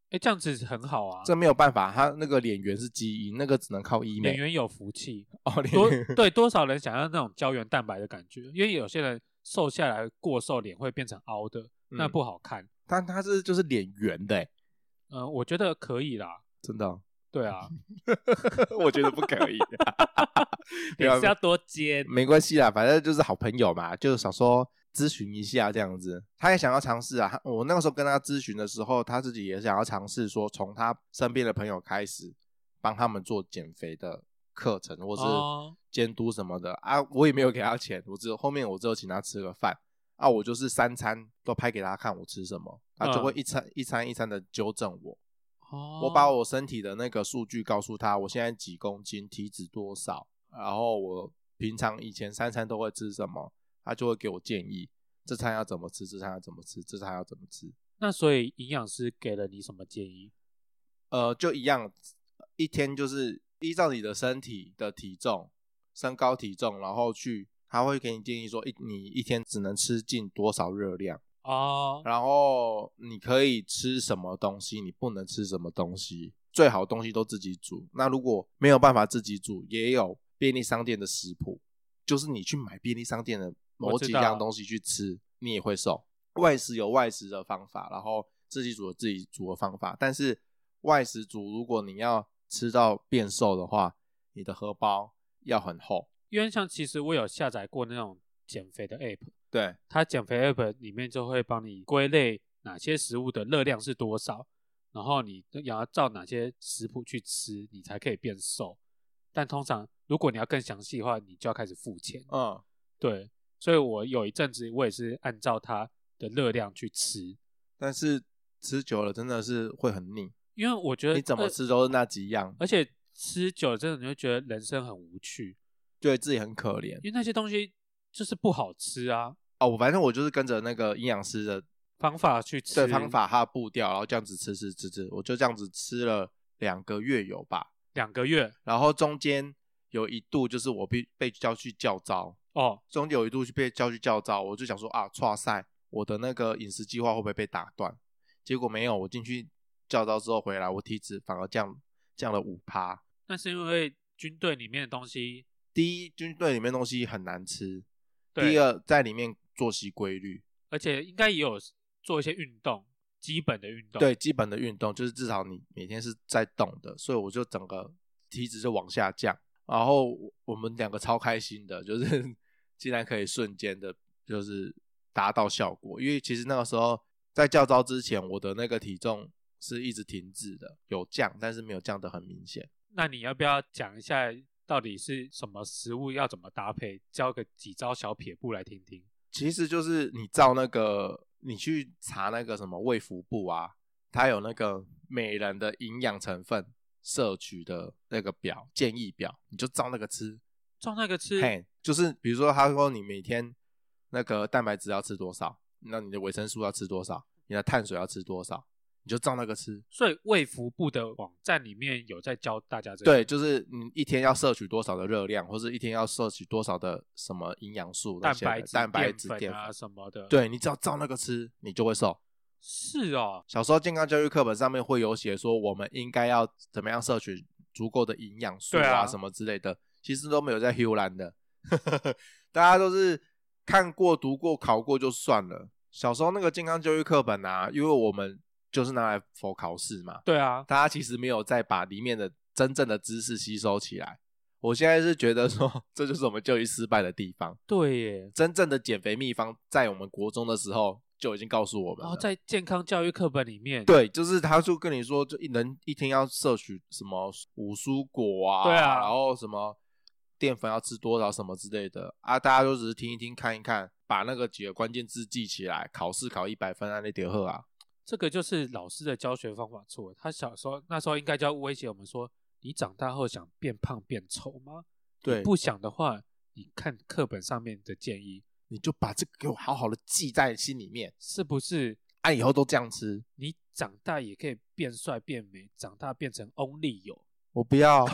[SPEAKER 1] 哎，这样子很好啊，
[SPEAKER 2] 这没有办法，他那个脸圆是基因，那个只能靠医
[SPEAKER 1] 演
[SPEAKER 2] 美
[SPEAKER 1] 员有福 气。
[SPEAKER 2] 哦，
[SPEAKER 1] 多
[SPEAKER 2] 脸圆
[SPEAKER 1] 对多少人想要那种胶原蛋白的感觉，因为有些人瘦下来过瘦，脸会变成凹的，那
[SPEAKER 2] 嗯
[SPEAKER 1] 不好看。
[SPEAKER 2] 但他是就是脸圆的欸，
[SPEAKER 1] 嗯、我觉得可以啦。
[SPEAKER 2] 真的哦，
[SPEAKER 1] 对啊，
[SPEAKER 2] 我觉得不可以，不
[SPEAKER 1] 脸
[SPEAKER 2] 要
[SPEAKER 1] 是要多 尖。
[SPEAKER 2] 没关系啦，反正就是好朋友嘛，就想说咨询一下这样子。他也想要尝试啊。他我那个时候跟他咨询的时候，他自己也想要尝试说，从他身边的朋友开始帮他们做减肥的课程，或是
[SPEAKER 1] 哦
[SPEAKER 2] 监督什么的、啊。我也没有给他钱，我只有后面我只有请他吃个饭啊，我就是三餐都拍给他看我吃什么，他就会
[SPEAKER 1] 嗯
[SPEAKER 2] 一餐、一餐一餐的纠正我。
[SPEAKER 1] 哦
[SPEAKER 2] 我把我身体的那个数据告诉他，我现在几公斤，体脂多少，然后我平常以前三餐都会吃什么，他就会给我建议，这餐要怎么吃，这餐要怎么吃，这餐要怎么吃，
[SPEAKER 1] 那所以营养师给了你什么建议？
[SPEAKER 2] 呃，就一样，一天就是依照你的身体的体重、身高、体重，然后去，他会给你建议说，一你一天只能吃进多少热量，
[SPEAKER 1] 哦，
[SPEAKER 2] 然后你可以吃什么东西，你不能吃什么东西，最好东西都自己煮。那如果没有办法自己煮，也有便利商店的食谱，就是你去买便利商店的某
[SPEAKER 1] 我知
[SPEAKER 2] 几
[SPEAKER 1] 道
[SPEAKER 2] 样东西去吃，你也会瘦。外食有外食的方法，然后自己煮有自己煮的方法，但是外食煮，如果你要吃到变瘦的话，你的荷包要很厚。
[SPEAKER 1] 因为像其实我有下载过那种减肥的 app，
[SPEAKER 2] 对，
[SPEAKER 1] 它减肥 app 里面就会帮你归类哪些食物的热量是多少，然后你也要照哪些食谱去吃，你才可以变瘦。但通常如果你要更详细的话，你就要开始付钱。
[SPEAKER 2] 嗯，
[SPEAKER 1] 对，所以我有一阵子我也是按照它的热量去吃，
[SPEAKER 2] 但是吃久了真的是会很腻，
[SPEAKER 1] 因为我觉得
[SPEAKER 2] 你怎么
[SPEAKER 1] 呃
[SPEAKER 2] 吃都是那几样。
[SPEAKER 1] 而且吃久了真的你会觉得人生很无趣，
[SPEAKER 2] 对自己很可怜
[SPEAKER 1] 因为那些东西就是不好吃啊，
[SPEAKER 2] 哦。我反正我就是跟着那个营养师的
[SPEAKER 1] 方法去吃
[SPEAKER 2] 对方法他的步调，然后这样子吃吃吃吃，我就这样子吃了两个月有吧。
[SPEAKER 1] 两个月
[SPEAKER 2] 然后中间有一度就是我被被叫去教招，
[SPEAKER 1] 哦，
[SPEAKER 2] 中间有一度是被叫去教招，我就想说啊，哇塞，我的那个饮食计划会不会被打断？结果没有，我进去教招之后回来，我体脂反而降降了五趴。
[SPEAKER 1] 那是因为军队里面的东西，
[SPEAKER 2] 第一，军队里面东西很难吃；
[SPEAKER 1] 对
[SPEAKER 2] 第二，在里面作息规律，
[SPEAKER 1] 而且应该也有做一些运动，基本的运动，
[SPEAKER 2] 对，基本的运动，就是至少你每天是在动的，所以我就整个体脂就往下降。然后我我们两个超开心的，就是 竟然可以瞬间的，就是达到效果。因为其实那个时候在教招之前，我的那个体重是一直停滞的，有降，但是没有降得很明显。
[SPEAKER 1] 那你要不要讲一下到底是什么食物要怎么搭配，教个几招小撇步来听听？
[SPEAKER 2] 其实就是你照那个，你去查那个什么卫福部啊，它有那个每人的营养成分摄取的那个表建议表，你就照那个吃。
[SPEAKER 1] 照那个吃，
[SPEAKER 2] 嘿，就是比如说他说你每天那个蛋白质要吃多少，那你的维生素要吃多少，你的碳水要吃多少，你就照那个吃。
[SPEAKER 1] 所以卫福部的网站里面有在教大家这个
[SPEAKER 2] 对，就是你一天要摄取多少的热量，或是一天要摄取多少的什么营养素那
[SPEAKER 1] 蛋
[SPEAKER 2] 些的、
[SPEAKER 1] 白质、
[SPEAKER 2] 蛋白质、
[SPEAKER 1] 淀
[SPEAKER 2] 淀
[SPEAKER 1] 粉啊什么的。，
[SPEAKER 2] 对你只要照那个吃，你就会瘦。
[SPEAKER 1] 是哦，
[SPEAKER 2] 小时候健康教育课本上面会有写说，我们应该要怎么样摄取足够的营养素
[SPEAKER 1] 对
[SPEAKER 2] 啊
[SPEAKER 1] 啊
[SPEAKER 2] 什么之类的，其实都没有在 h u l a n 的， 大家都是看过、读过、考过就算了。小时候那个健康教育课本啊，因为我们就是拿来否考试嘛，
[SPEAKER 1] 对啊，
[SPEAKER 2] 大家其实没有再把里面的真正的知识吸收起来。我现在是觉得说， 这就是我们教育失败的地方。
[SPEAKER 1] 对耶。
[SPEAKER 2] 真正的减肥秘方，在我们国中的时候就已经告诉我们
[SPEAKER 1] 然
[SPEAKER 2] 了。
[SPEAKER 1] 后在健康教育课本里面，
[SPEAKER 2] 啊对，就是他就跟你说，就一人一天要摄取什么五蔬果啊，
[SPEAKER 1] 对啊
[SPEAKER 2] 然后什么淀粉要吃多少什么之类的啊，大家都只是听一听看一看，把那个几个关键字记起来，考试考一百分啊，那得喝啊，
[SPEAKER 1] 这个就是老师的教学方法错了。他小时候那时候应该就要威胁我们说，你长大后想变胖变丑吗？
[SPEAKER 2] 对，
[SPEAKER 1] 不想的话，你看课本上面的建议，
[SPEAKER 2] 你就把这个给我好好的记在心里面，
[SPEAKER 1] 是不是
[SPEAKER 2] 啊，以后都这样吃。
[SPEAKER 1] 你长大也可以变帅变美，长大变成 only 有？
[SPEAKER 2] 我不 要，
[SPEAKER 1] 你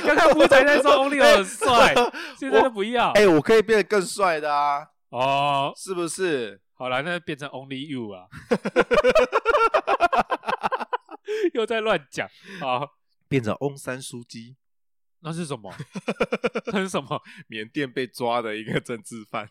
[SPEAKER 1] 刚刚不是才在说 only 有很帅，现在都不要。
[SPEAKER 2] 哎、我可以变得更帅的啊，
[SPEAKER 1] 哦，
[SPEAKER 2] 是不是？
[SPEAKER 1] 好了，那变成 only you 啊， 又在乱讲。好，
[SPEAKER 2] 变成翁山书记，
[SPEAKER 1] 那是什么？ 那是什么？
[SPEAKER 2] 缅甸被抓的一个政治犯。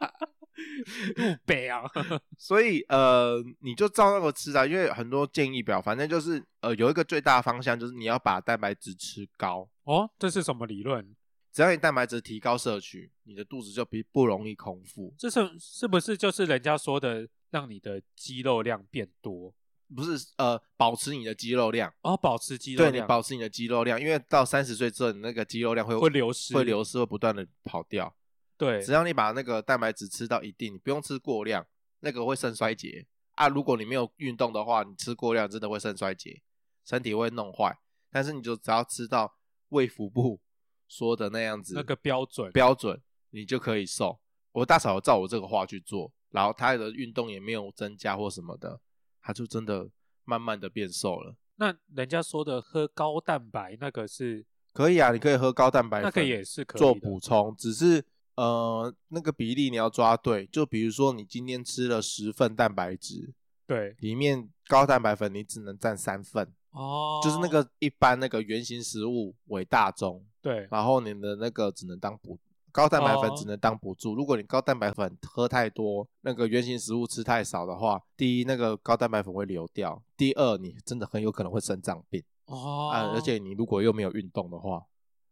[SPEAKER 1] 路北啊，
[SPEAKER 2] 所以呃，你就照那个吃啊，因为很多建议表，反正就是呃，有一个最大的方向就是你要把蛋白质吃高，
[SPEAKER 1] 哦，这是什么理论？
[SPEAKER 2] 只要你蛋白质提高摄取，你的肚子就比不容易空腹。
[SPEAKER 1] 这是是不是就是人家说的让你的肌肉量变多，
[SPEAKER 2] 不是呃，保持你的肌肉量，
[SPEAKER 1] 然后保持肌肉
[SPEAKER 2] 对
[SPEAKER 1] 量，
[SPEAKER 2] 你保持你的肌肉量，因为到三十岁之后，你那个肌肉量会
[SPEAKER 1] 会流失，
[SPEAKER 2] 会流失，会不断的跑掉。
[SPEAKER 1] 对
[SPEAKER 2] 只要你把那个蛋白质吃到一定，你不用吃过量，那个会肾衰竭啊。如果你没有运动的话，你吃过量真的会肾衰竭，身体会弄坏。但是你就只要吃到胃腹部说的那样子，
[SPEAKER 1] 那个标准，
[SPEAKER 2] 标准，你就可以瘦。我大嫂有照我这个话去做，然后她的运动也没有增加或什么的，她就真的慢慢的变瘦了。
[SPEAKER 1] 那人家说的喝高蛋白那个是
[SPEAKER 2] 可以啊，你可以喝高蛋白粉，
[SPEAKER 1] 那个也是可以
[SPEAKER 2] 做
[SPEAKER 1] 的
[SPEAKER 2] 补充，只是呃那个比例你要抓对。就比如说你今天吃了十份蛋白质，
[SPEAKER 1] 对
[SPEAKER 2] 里面高蛋白粉你只能占三份，
[SPEAKER 1] 哦，
[SPEAKER 2] 就是那个一般那个原型食物为大宗，
[SPEAKER 1] 对
[SPEAKER 2] 然后你的那个只能当补，高蛋白粉
[SPEAKER 1] 哦
[SPEAKER 2] 只能当补助。如果你高蛋白粉喝太多，那个原型食物吃太少的话，第一那个高蛋白粉会流掉，第二你真的很有可能会生脏病
[SPEAKER 1] 哦、
[SPEAKER 2] 啊、而且你如果又没有运动的话，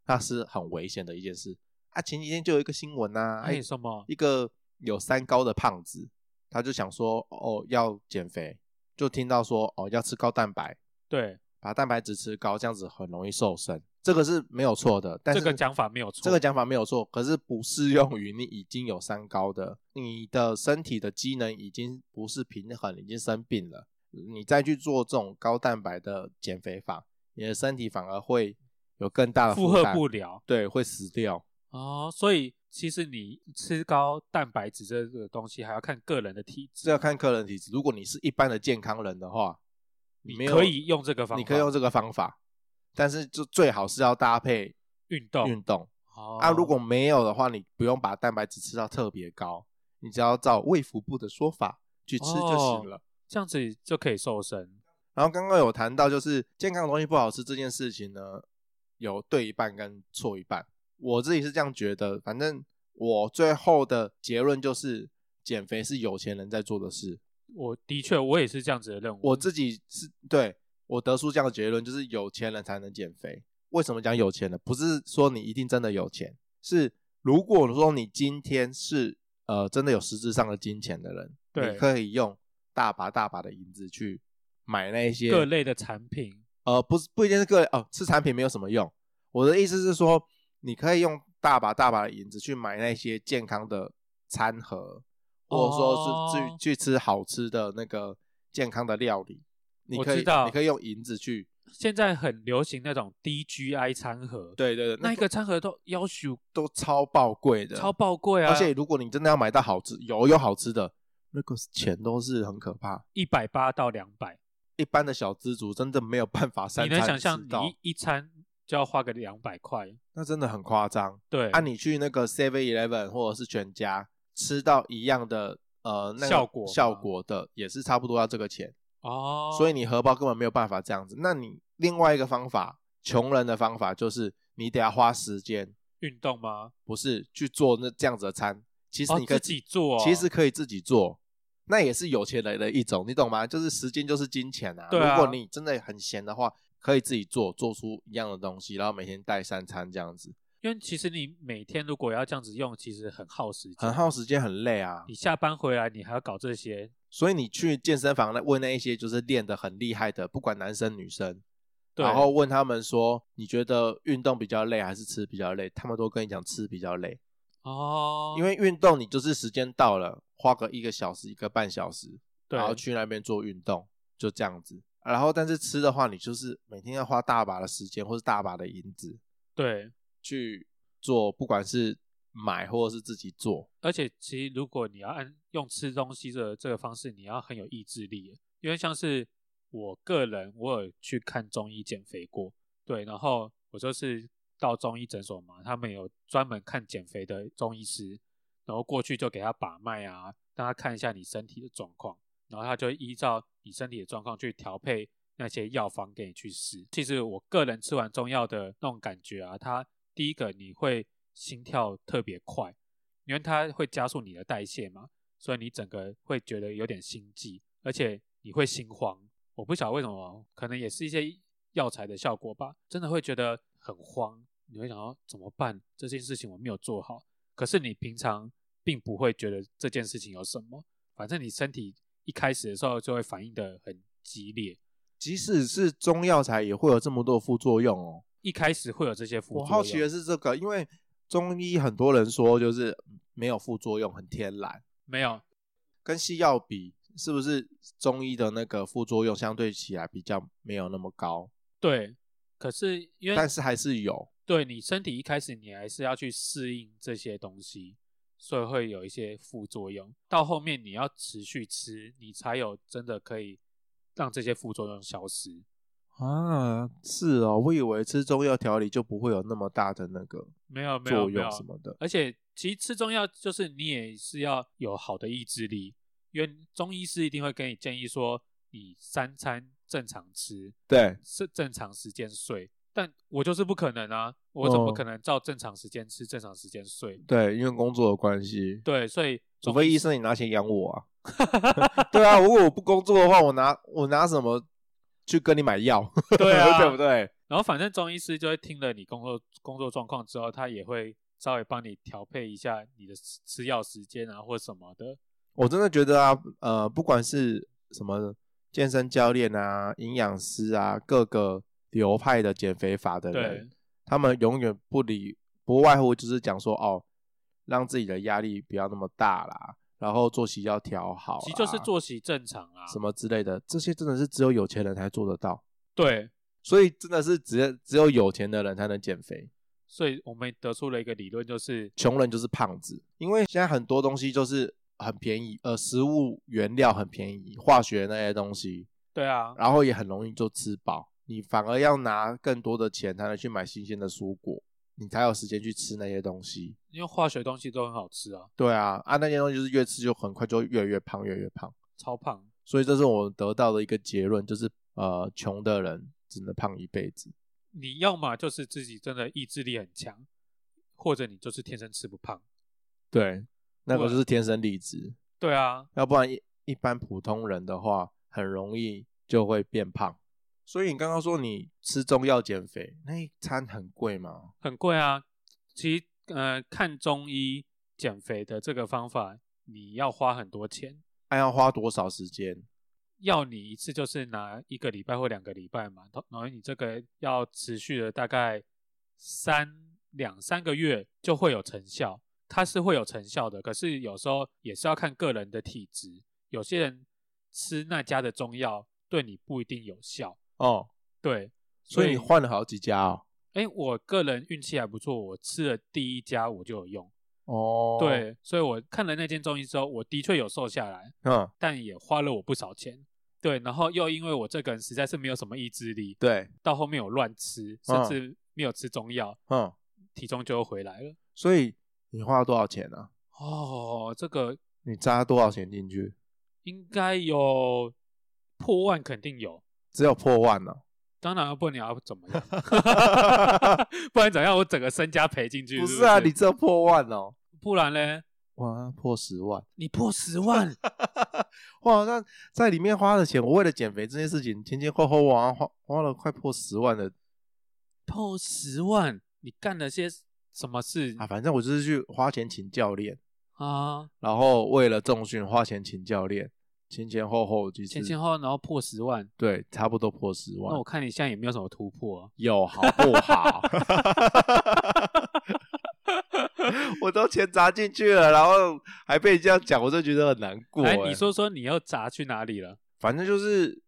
[SPEAKER 2] 那是很危险的一件事啊。前几天就有一个新闻呐、啊，
[SPEAKER 1] 还
[SPEAKER 2] 哎
[SPEAKER 1] 有，什么？
[SPEAKER 2] 一个有三高的胖子，他就想说哦要减肥，就听到说哦要吃高蛋白，
[SPEAKER 1] 对，
[SPEAKER 2] 把蛋白质吃高，这样子很容易瘦身，这个是没有错的。但
[SPEAKER 1] 这
[SPEAKER 2] 是
[SPEAKER 1] 个讲法没有错，
[SPEAKER 2] 这个讲法没有错，可是不适用于你已经有三高的，你的身体的机能已经不是平衡，已经生病了，你再去做这种高蛋白的减肥法，你的身体反而会有更大的
[SPEAKER 1] 负
[SPEAKER 2] 负
[SPEAKER 1] 荷
[SPEAKER 2] 担
[SPEAKER 1] 不了
[SPEAKER 2] 对，会死掉。
[SPEAKER 1] 哦，所以其实你吃高蛋白质这个东西还要看个人的体质，
[SPEAKER 2] 这要看个人体质，如果你是一般的健康人的话，
[SPEAKER 1] 你
[SPEAKER 2] 没有
[SPEAKER 1] 可以用这个方法，
[SPEAKER 2] 你可以用这个方法，但是就最好是要搭配
[SPEAKER 1] 运动
[SPEAKER 2] 运动。
[SPEAKER 1] 哦
[SPEAKER 2] 啊，如果没有的话，你不用把蛋白质吃到特别高，你只要照卫福部的说法去吃就
[SPEAKER 1] 哦
[SPEAKER 2] 行了。
[SPEAKER 1] 这样子就可以瘦身，
[SPEAKER 2] 然后刚刚有谈到，就是健康的东西不好吃这件事情呢，有对一半跟错一半。我自己是这样觉得，反正我最后的结论就是，减肥是有钱人在做的事。
[SPEAKER 1] 我的确我也是这样子的认为，
[SPEAKER 2] 我自己是对我得出这样的结论，就是有钱人才能减肥。为什么讲有钱呢？不是说你一定真的有钱，是如果说你今天是呃真的有实质上的金钱的人，
[SPEAKER 1] 对
[SPEAKER 2] 你可以用大把大把的银子去买那些
[SPEAKER 1] 各类的产品，
[SPEAKER 2] 呃，不是不一定是个人哦，吃产品没有什么用。我的意思是说，你可以用大把大把的银子去买那些健康的餐盒，或者说是去、
[SPEAKER 1] 哦
[SPEAKER 2] 去吃好吃的那个健康的料理。你
[SPEAKER 1] 我
[SPEAKER 2] 可
[SPEAKER 1] 知
[SPEAKER 2] 以
[SPEAKER 1] 道
[SPEAKER 2] 你可以用银子去，
[SPEAKER 1] 现在很流行那种 DGI 餐盒，，
[SPEAKER 2] 对对对，
[SPEAKER 1] 那
[SPEAKER 2] 那
[SPEAKER 1] 一个餐盒都要求
[SPEAKER 2] 都超爆贵的，
[SPEAKER 1] 超爆贵啊，
[SPEAKER 2] 而且如果你真的要买到好吃，有有好吃的，那个钱都是很可怕。
[SPEAKER 1] 一百八到两百，
[SPEAKER 2] 一般的小资族真的没有办法三
[SPEAKER 1] 你能
[SPEAKER 2] 餐
[SPEAKER 1] 想象
[SPEAKER 2] 吃到，
[SPEAKER 1] 你一一餐就要花个两百块？
[SPEAKER 2] 那真的很夸张。
[SPEAKER 1] 对，
[SPEAKER 2] 啊，你去那个 Seven Eleven 或者是全家吃到一样的呃那个
[SPEAKER 1] 效果吗
[SPEAKER 2] 效果的，也是差不多要这个钱，
[SPEAKER 1] 哦，
[SPEAKER 2] 所以你荷包根本没有办法这样子。那你另外一个方法，穷人的方法就是你得要花时间，
[SPEAKER 1] 运动吗？
[SPEAKER 2] 不是去做那这样子的餐，其实
[SPEAKER 1] 哦
[SPEAKER 2] 你可以、
[SPEAKER 1] 自己做哦
[SPEAKER 2] 其实可以自己做。那也是有钱人的一种，你懂吗？就是时间就是金钱啊。
[SPEAKER 1] 对啊
[SPEAKER 2] 如果你真的很闲的话，可以自己做，做出一样的东西，然后每天带三餐这样子，
[SPEAKER 1] 因为其实你每天如果要这样子用，其实很耗时间，
[SPEAKER 2] 很耗。时间，很累啊。
[SPEAKER 1] 你下班回来，你还要搞这些，
[SPEAKER 2] 所以你去健身房那问那一些就是练得很厉害的，不管男生女生，
[SPEAKER 1] 对，
[SPEAKER 2] 然后问他们说你觉得运动比较累还是吃比较累？他们都跟你讲吃比较累，
[SPEAKER 1] 哦，
[SPEAKER 2] 因为运动你就是时间到了，花个一个小时一个半小时，
[SPEAKER 1] 对
[SPEAKER 2] 然后去那边做运动，就这样子。然后但是吃的话，你就是每天要花大把的时间或是大把的银子
[SPEAKER 1] 对，
[SPEAKER 2] 去做，不管是买或者是自己做，
[SPEAKER 1] 而且其实如果你要按用吃东西这这个方式，你要很有意志力耶，因为像是我个人，我有去看中医减肥过，对，然后我就是到中医诊所嘛，他们有专门看减肥的中医师，然后过去就给他把脉啊，让他看一下你身体的状况，然后他就依照你身体的状况去调配那些药方给你去试。其实我个人吃完中药的那种感觉啊，它第一个你会心跳特别快，因为它会加速你的代谢嘛，所以你整个会觉得有点心悸，而且你会心慌。我不晓得为什么，可能也是一些药材的效果吧，真的会觉得很慌，你会想要怎么办？这件事情我没有做好，可是你平常并不会觉得这件事情有什么，反正你身体一开始的时候就会反应的很激烈，
[SPEAKER 2] 即使是中药材也会有这么多副作用哦。
[SPEAKER 1] 一开始会有这些副作用。
[SPEAKER 2] 我好奇的是这个，因为中医很多人说就是没有副作用，很天然，
[SPEAKER 1] 没有，
[SPEAKER 2] 跟西药比，是不是中医的那个副作用相对起来比较没有那么高？
[SPEAKER 1] 对，可是因为
[SPEAKER 2] 但是还是有，
[SPEAKER 1] 对你身体一开始你还是要去适应这些东西，所以会有一些副作用。到后面你要持续吃，你才有真的可以让这些副作用消失。
[SPEAKER 2] 啊，是哦，我以为吃中药调理就不会有那么大的那个
[SPEAKER 1] 没有没有
[SPEAKER 2] 作
[SPEAKER 1] 没
[SPEAKER 2] 用什
[SPEAKER 1] 有，
[SPEAKER 2] 么的。
[SPEAKER 1] 而且其实吃中药就是你也是要有好的意志力，因为中医师一定会给你建议说你三餐正常吃，
[SPEAKER 2] 对，
[SPEAKER 1] 是正常时间睡。但我就是不可能啊，我怎么
[SPEAKER 2] 哦
[SPEAKER 1] 可能照正常时间吃、正常时间 睡？
[SPEAKER 2] 对，因为工作的关系，
[SPEAKER 1] 对，所 以
[SPEAKER 2] 除
[SPEAKER 1] 中
[SPEAKER 2] 非医生你拿钱养我 啊。对啊，如果我不工作的话，我拿我拿什么去跟你买药？
[SPEAKER 1] 对啊，
[SPEAKER 2] 对不对？
[SPEAKER 1] 然后反正中医师就会听了你工作工作状况之后，他也会稍微帮你调配一下你的吃吃药时间啊，或什么的。
[SPEAKER 2] 我真的觉得啊，呃，不管是什么健身教练啊、营养师啊，各个流派的减肥法的人
[SPEAKER 1] 对，
[SPEAKER 2] 他们永远不理不外乎就是讲说哦，让自己的压力不要那么大啦，然后作息要调好啦，
[SPEAKER 1] 其实就是作息正常啊。
[SPEAKER 2] 什么之类的，这些真的是只有有钱人才做得到，
[SPEAKER 1] 对，
[SPEAKER 2] 所以真的是只只有有钱的人才能减肥，
[SPEAKER 1] 所以我们得出了一个理论，就是
[SPEAKER 2] 穷人就是胖子，因为现在很多东西就是很便宜，呃，食物原料很便宜，化学那些东西，
[SPEAKER 1] 对啊，
[SPEAKER 2] 然后也很容易就吃饱，你反而要拿更多的钱才能去买新鲜的蔬果，你才有时间去吃那些东西。
[SPEAKER 1] 因为化学东西都很好吃啊，
[SPEAKER 2] 对啊，啊那些东西就是越吃就很快就越来越胖，越来越胖。
[SPEAKER 1] 超胖。
[SPEAKER 2] 所以这是我们得到的一个结论，就是呃，穷的人只能胖一辈子。
[SPEAKER 1] 你要么就是自己真的意志力很强，或者你就是天生吃不胖。
[SPEAKER 2] 对，那个
[SPEAKER 1] 对
[SPEAKER 2] 就是天生丽质，
[SPEAKER 1] 对啊，
[SPEAKER 2] 要不然一一般普通人的话，很容易就会变胖。所以你刚刚说你吃中药减肥，那一餐很贵吗？
[SPEAKER 1] 很贵啊。其实，呃，看中医减肥的这个方法，你要花很多钱。
[SPEAKER 2] 还要花多少时间？
[SPEAKER 1] 要你一次就是拿一个礼拜或两个礼拜嘛，然后然后你这个要持续的大概三两三个月就会有成效，它是会有成效的。可是有时候也是要看个人的体质，有些人吃那家的中药对你不一定有效，
[SPEAKER 2] 哦，
[SPEAKER 1] 对，
[SPEAKER 2] 所以你换了好几家哦。
[SPEAKER 1] 哎，我个人运气还不错，我吃了第一家我就有用，
[SPEAKER 2] 哦，，
[SPEAKER 1] 对，所以我看了那间中医之后，我的确有瘦下来，
[SPEAKER 2] 嗯，
[SPEAKER 1] 但也花了我不少钱。对，然后又因为我这个人实在是没有什么意志力，
[SPEAKER 2] 对，
[SPEAKER 1] 到后面有乱吃，甚至没有吃中药，
[SPEAKER 2] 嗯，
[SPEAKER 1] 体重就又回来了。
[SPEAKER 2] 所以你花了多少钱啊？
[SPEAKER 1] 哦，这个
[SPEAKER 2] 你扎多少钱进去？
[SPEAKER 1] 应该有破万，肯定有。
[SPEAKER 2] 只有破万哦呢、
[SPEAKER 1] 当然，啊不然你要怎么样？
[SPEAKER 2] 哦
[SPEAKER 1] 不然怎样？我整个身家赔进去
[SPEAKER 2] 不
[SPEAKER 1] 是
[SPEAKER 2] 是啊，你只有破万哦，
[SPEAKER 1] 不然嘞，
[SPEAKER 2] 哇，破十万，
[SPEAKER 1] 你破十万，
[SPEAKER 2] 哇，那在里面花的钱，我为了减肥这件事情，前前后后我花花了快破十万的
[SPEAKER 1] 破十万，你干了些什么事
[SPEAKER 2] 啊，反正我就是去花钱请教练，
[SPEAKER 1] 啊？
[SPEAKER 2] 然后为了重训花钱请教练，前前后后其实
[SPEAKER 1] 前前后后然后破十万，
[SPEAKER 2] 对，差不多破十
[SPEAKER 1] 那
[SPEAKER 2] 万
[SPEAKER 1] 我，看你现在也没有什么突破、啊。
[SPEAKER 2] 有好不好？ 我都钱砸进去了，然后还被你这样讲，我就觉得很难过、
[SPEAKER 1] 哎，
[SPEAKER 2] 哎
[SPEAKER 1] 你说说你又砸去哪里了？
[SPEAKER 2] 反正就是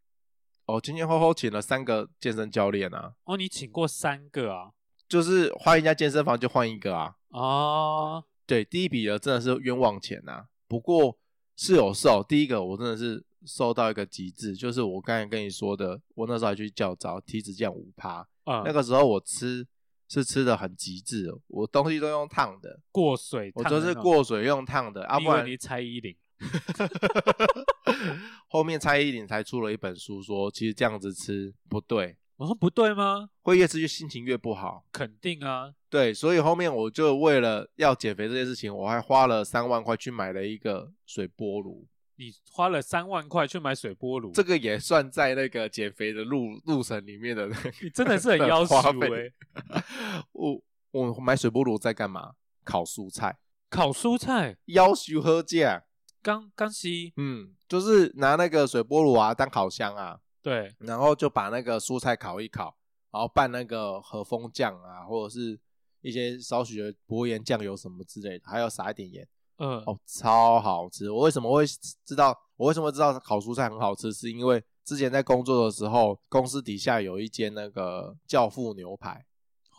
[SPEAKER 2] 哦，前前后后请了三个健身教练啊，
[SPEAKER 1] 哦，你请过三个啊？
[SPEAKER 2] 就是换一家健身房就换一个啊。
[SPEAKER 1] 哦，
[SPEAKER 2] 对，第一笔的真的是冤枉钱呐、不过是有瘦，第一个我真的是瘦到一个极致，就是我刚才跟你说的，我那时候还去教招，体脂降五趴，
[SPEAKER 1] 嗯，
[SPEAKER 2] 那个时候我吃是吃的很极致哦，我东西都用烫的，
[SPEAKER 1] 过水烫
[SPEAKER 2] 我
[SPEAKER 1] 的
[SPEAKER 2] 都
[SPEAKER 1] 那种，
[SPEAKER 2] 是过水用烫的，啊
[SPEAKER 1] 你
[SPEAKER 2] 不
[SPEAKER 1] 以为
[SPEAKER 2] 然
[SPEAKER 1] 你猜一零，
[SPEAKER 2] 后面蔡依林才出了一本书说，其实这样子吃不对，
[SPEAKER 1] 我哦说不对吗？
[SPEAKER 2] 会越吃越心情越不好。
[SPEAKER 1] 肯定啊，
[SPEAKER 2] 对，所以后面我就为了要减肥这件事情，我还花了三万块去买了一个水波炉，
[SPEAKER 1] 你花了三万块去买水波炉，
[SPEAKER 2] 这个也算在那个减肥的路路程里面的那个
[SPEAKER 1] 你真的是很要求
[SPEAKER 2] 花
[SPEAKER 1] 哎、
[SPEAKER 2] 费。我我买水波炉在干嘛？烤蔬菜，
[SPEAKER 1] 烤蔬菜，
[SPEAKER 2] 要求喝价。
[SPEAKER 1] 刚刚西，
[SPEAKER 2] 嗯，就是拿那个水波炉啊当烤箱啊，
[SPEAKER 1] 对，
[SPEAKER 2] 然后就把那个蔬菜烤一烤，然后拌那个和风酱啊，或者是一些少许的薄盐酱油什么之类的，还要撒一点盐。
[SPEAKER 1] 嗯、
[SPEAKER 2] 哦，超好吃！我为什么会知道？我为什么知道烤蔬菜很好吃？是因为之前在工作的时候，公司底下有一间那个教父牛排，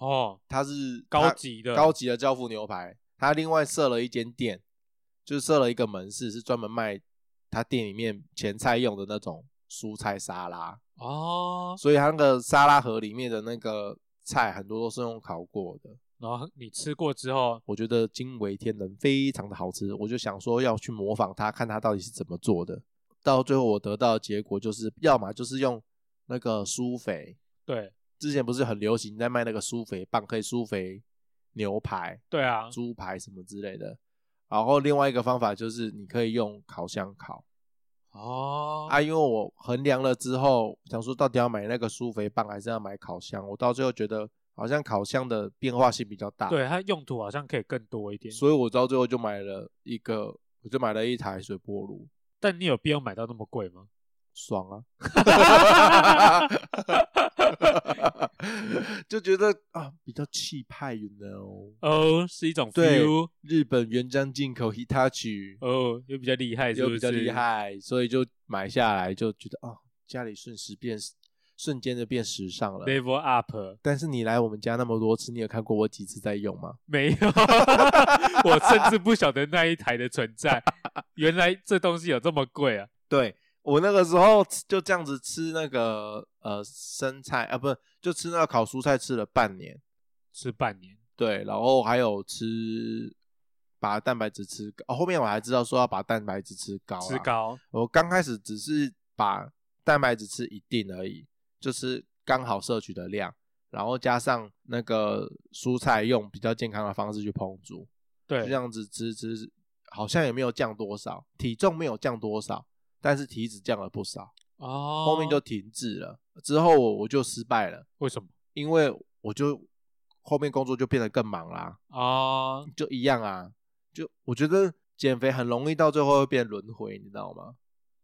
[SPEAKER 1] 哦，
[SPEAKER 2] 它是
[SPEAKER 1] 高
[SPEAKER 2] 它
[SPEAKER 1] 级的
[SPEAKER 2] 高级的教父牛排，它另外设了一间店，就是设了一个门市，是专门卖它店里面前菜用的那种蔬菜沙拉。
[SPEAKER 1] 哦，
[SPEAKER 2] 所以它那个沙拉盒里面的那个菜很多都是用烤过的，
[SPEAKER 1] 然后你吃过之后，
[SPEAKER 2] 我觉得惊为天人，非常的好吃。我就想说要去模仿它，看它到底是怎么做的。到最后我得到的结果就是，要么就是用那个苏肥，
[SPEAKER 1] 对
[SPEAKER 2] 之前不是很流行在卖那个苏肥棒，可以苏肥牛排、
[SPEAKER 1] 对啊，
[SPEAKER 2] 猪排什么之类的。然后另外一个方法就是，你可以用烤箱烤。
[SPEAKER 1] 哦，
[SPEAKER 2] 啊，因为我衡量了之后，想说到底要买那个苏肥棒还是要买烤箱，我到最后觉得好像烤箱的变化性比较大，，
[SPEAKER 1] 对，它用途好像可以更多一点，
[SPEAKER 2] 所以我到最后就买了一个，我就买了一台水波炉，
[SPEAKER 1] 但你有必要买到那么贵吗？
[SPEAKER 2] 爽啊！ 就觉得啊，比较气派，you know，
[SPEAKER 1] 哦，是一种
[SPEAKER 2] 对
[SPEAKER 1] feel，
[SPEAKER 2] 日本原装进口 Hitachi
[SPEAKER 1] 哦，又比较厉害，是
[SPEAKER 2] 又
[SPEAKER 1] 不是？
[SPEAKER 2] 比较厉，害，所以就买下来就觉得啊，家里瞬时变瞬间就变时尚了。
[SPEAKER 1] ，level up，
[SPEAKER 2] 但是你来我们家那么多次，你有看过我几次在用吗？
[SPEAKER 1] 没有， 我甚至不晓得那一台的存在，原来这东西有这么贵啊！
[SPEAKER 2] 对我那个时候吃就这样子吃那个呃生菜啊，不是就吃那个烤蔬菜吃了半年，
[SPEAKER 1] 吃半年，
[SPEAKER 2] 对，然后还有吃把蛋白质吃高、哦，后面我还知道说要把蛋白质吃高、啊
[SPEAKER 1] 吃，高，
[SPEAKER 2] 我刚开始只是把蛋白质吃一定而已，就是刚好摄取的量，然后加上那个蔬菜用比较健康的方式去烹煮，
[SPEAKER 1] 对
[SPEAKER 2] 就这，样子吃吃，好像也没有降多少，体重没有降多少，但是体脂降了不少，
[SPEAKER 1] 哦，
[SPEAKER 2] 后面就停滞了。之后我我就失败了，
[SPEAKER 1] 为什么？
[SPEAKER 2] 因为我就后面工作就变得更忙啦，
[SPEAKER 1] 哦，
[SPEAKER 2] 就一样啊，就我觉得减肥很容易到最后会变轮回，你知道吗？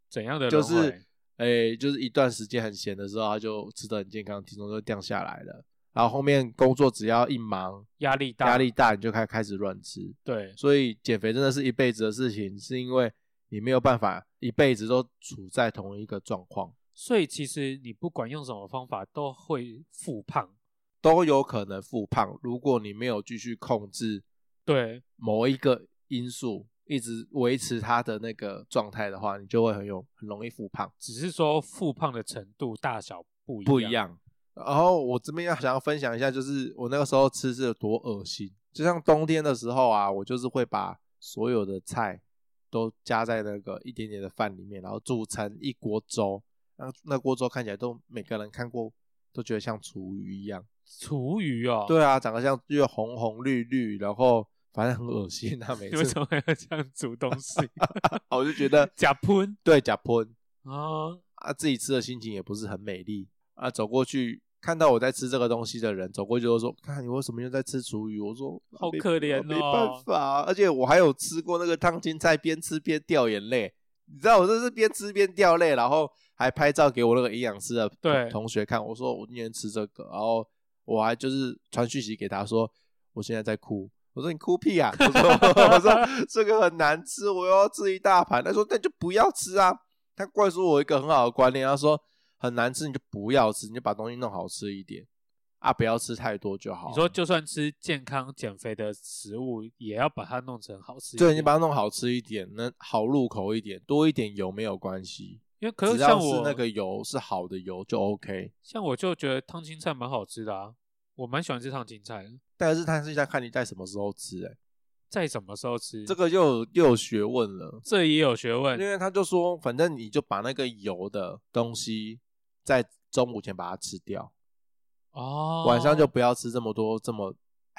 [SPEAKER 1] 怎样的
[SPEAKER 2] 就
[SPEAKER 1] 轮回
[SPEAKER 2] 是诶、就是一段时间很闲的时候，他就吃的很健康，体重就降下来了。然后后面工作只要一忙，
[SPEAKER 1] 压力大，
[SPEAKER 2] 压力大，你就开开始乱吃，
[SPEAKER 1] 对，
[SPEAKER 2] 所以减肥真的是一辈子的事情，是因为你没有办法一辈子都处在同一个状况，
[SPEAKER 1] 所以其实你不管用什么方法都会复胖，
[SPEAKER 2] 都有可能复胖。如果你没有继续控制
[SPEAKER 1] 对，
[SPEAKER 2] 某一个因素，一直维持它的那个状态的话，你就会很有很容易复胖，
[SPEAKER 1] 只是说复胖的程度大小不一
[SPEAKER 2] 不一。样。然后我这边要想要分享一下，就是我那个时候吃是有多恶心。就像冬天的时候啊，我就是会把所有的菜都加在那个一点点的饭里面，然后煮成一锅粥。那那锅粥看起来都每个人看过都觉得像厨余一样。
[SPEAKER 1] 厨余哦，
[SPEAKER 2] 对啊，长得像越红红绿绿，然后反正很恶心啊，每
[SPEAKER 1] 你为
[SPEAKER 2] 次啊
[SPEAKER 1] 什么要这样煮东西？
[SPEAKER 2] 我就觉得
[SPEAKER 1] 假喷
[SPEAKER 2] 对假喷
[SPEAKER 1] 啊，
[SPEAKER 2] 啊，自己吃的心情也不是很美丽啊。走过去看到我在吃这个东西的人，走过去就说：“看你为什么又在吃厨余？”我说：“啊
[SPEAKER 1] 好
[SPEAKER 2] 没
[SPEAKER 1] 可怜
[SPEAKER 2] 啊没
[SPEAKER 1] 哦
[SPEAKER 2] 办法。”而且我还有吃过那个烫青菜，边吃边掉眼泪。你知道我这是边吃边掉泪，然后还拍照给我那个营养师的
[SPEAKER 1] 对
[SPEAKER 2] 同学看，我说我今天吃这个，然后我还就是传讯息给他说我现在在哭。我说你哭屁啊！我说 我说这个很难吃，我要吃一大盘。他说那就不要吃啊。他灌输我一个很好的观念，他说很难吃你就不要吃，你就把东西弄好吃一点啊，不要吃太多就好。
[SPEAKER 1] 你说就算吃健康减肥的食物，也要把它弄成好吃一点。
[SPEAKER 2] 对，你把它弄好吃一点，能好入口一点，多一点油没有关系，
[SPEAKER 1] 因为可
[SPEAKER 2] 只
[SPEAKER 1] 是
[SPEAKER 2] 要
[SPEAKER 1] 像
[SPEAKER 2] 是
[SPEAKER 1] 我
[SPEAKER 2] 那个油是好的油就 OK。
[SPEAKER 1] 像我就觉得烫青菜蛮好吃的啊，我蛮喜欢吃烫青菜的。
[SPEAKER 2] 但是它是在看你在什么时候吃、欸，
[SPEAKER 1] 在什么时候吃？
[SPEAKER 2] 这个又有又有学问了，
[SPEAKER 1] 这也有学问
[SPEAKER 2] 因。为他就说，反正你就把那个油的东西在中午前把它吃掉，
[SPEAKER 1] 哦，
[SPEAKER 2] 晚上就不要吃这么多这么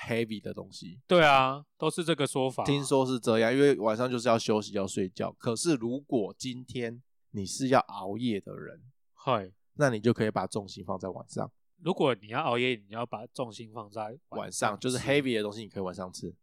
[SPEAKER 2] heavy 的东西。
[SPEAKER 1] 对啊，都是这个说法。
[SPEAKER 2] 听说是这样，因为晚上就是要休息要睡觉。可是如果今天你是要熬夜的人，
[SPEAKER 1] 嗨，
[SPEAKER 2] 那你就可以把重心放在晚上，
[SPEAKER 1] 如果你要熬夜，你要把重心放在
[SPEAKER 2] 晚上就是
[SPEAKER 1] 吃
[SPEAKER 2] heavy 的东西你可以晚上吃。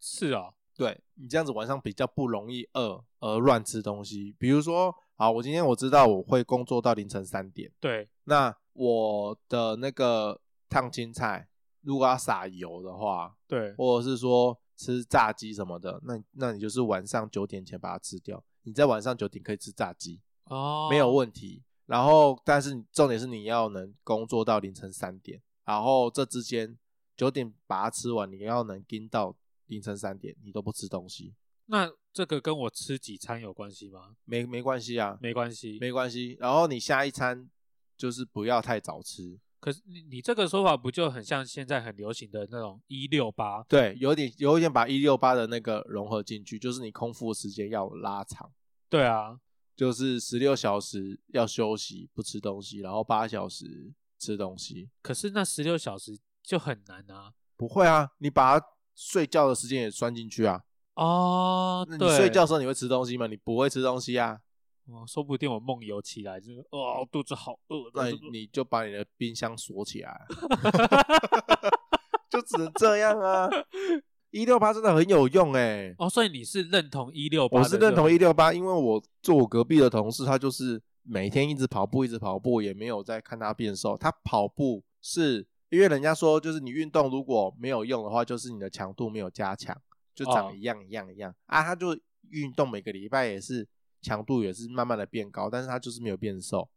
[SPEAKER 1] 是啊，
[SPEAKER 2] 对你这样子晚上比较不容易饿而乱吃东西，比如说，好，我今天我知道我会工作到凌晨三点。
[SPEAKER 1] 对，
[SPEAKER 2] 那我的那个烫青菜，如果要撒油的话，
[SPEAKER 1] 对，
[SPEAKER 2] 或者是说吃炸鸡什么的，那那你就是晚上九点前把它吃掉。你在晚上九点可以吃炸鸡，
[SPEAKER 1] 哦，
[SPEAKER 2] 没有问题。然后，但是重点是你要能工作到凌晨三点，然后这之间九点把它吃完，你要能盯到凌晨三点，你都不吃东西，
[SPEAKER 1] 那这个跟我吃几餐有关系吗？
[SPEAKER 2] 没没关系啊，
[SPEAKER 1] 没关系，
[SPEAKER 2] 没关系。然后你下一餐就是不要太早吃，
[SPEAKER 1] 可是你你这个说法不就很像现在很流行的那种一六八？
[SPEAKER 2] 对，有点有一点把一六八的那个融合进去，就是你空腹时间要拉长，
[SPEAKER 1] 对啊，
[SPEAKER 2] 就是十六小时要休息不吃东西，然后八小时吃东西。
[SPEAKER 1] 可是那十六小时就很难啊。
[SPEAKER 2] 不会啊，你把它睡觉的时间也算进去啊。
[SPEAKER 1] 哦，
[SPEAKER 2] 那你
[SPEAKER 1] 对，
[SPEAKER 2] 睡觉的时候你会吃东西吗？你不会吃东西啊，
[SPEAKER 1] 哦，说不定我梦游起来，就是哦，肚子好饿。
[SPEAKER 2] 那你你就把你的冰箱锁起来，啊就只能这样啊。一六八真的很有用哎、
[SPEAKER 1] 哦，所以你是认同一六八？
[SPEAKER 2] 我是认同一六八，因为我坐我隔壁的同事，他就是每天一直跑步，一直跑步，也没有在看他变瘦。他跑步是因为人家说，就是你运动如果没有用的话，就是你的强度没有加强，就
[SPEAKER 1] 哦
[SPEAKER 2] 长一样一样一样、啊。他就运动每个礼拜也是强度也是慢慢的变高，但是他就是没有变瘦。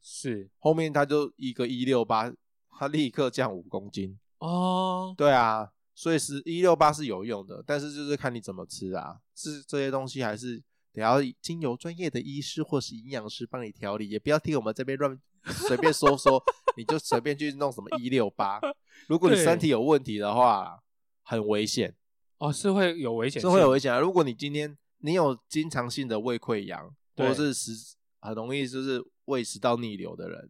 [SPEAKER 1] 是
[SPEAKER 2] 后面他就一个一六八，他立刻降五公斤。
[SPEAKER 1] 哦，
[SPEAKER 2] 对啊，所以是一六八是有用的，但是就是看你怎么吃啊，是这些东西还是得要经由专业的医师或是营养师帮你调理，也不要听我们这边乱随便说说，你就随便去弄什么一六八，如果你
[SPEAKER 1] 对
[SPEAKER 2] 身体有问题的话，很危险，
[SPEAKER 1] 哦，是会有危险
[SPEAKER 2] 是
[SPEAKER 1] 性，
[SPEAKER 2] 会有危险、啊。如果你今天你有经常性的胃溃疡，或
[SPEAKER 1] 对
[SPEAKER 2] 者是食很容易就是胃食道逆流的人，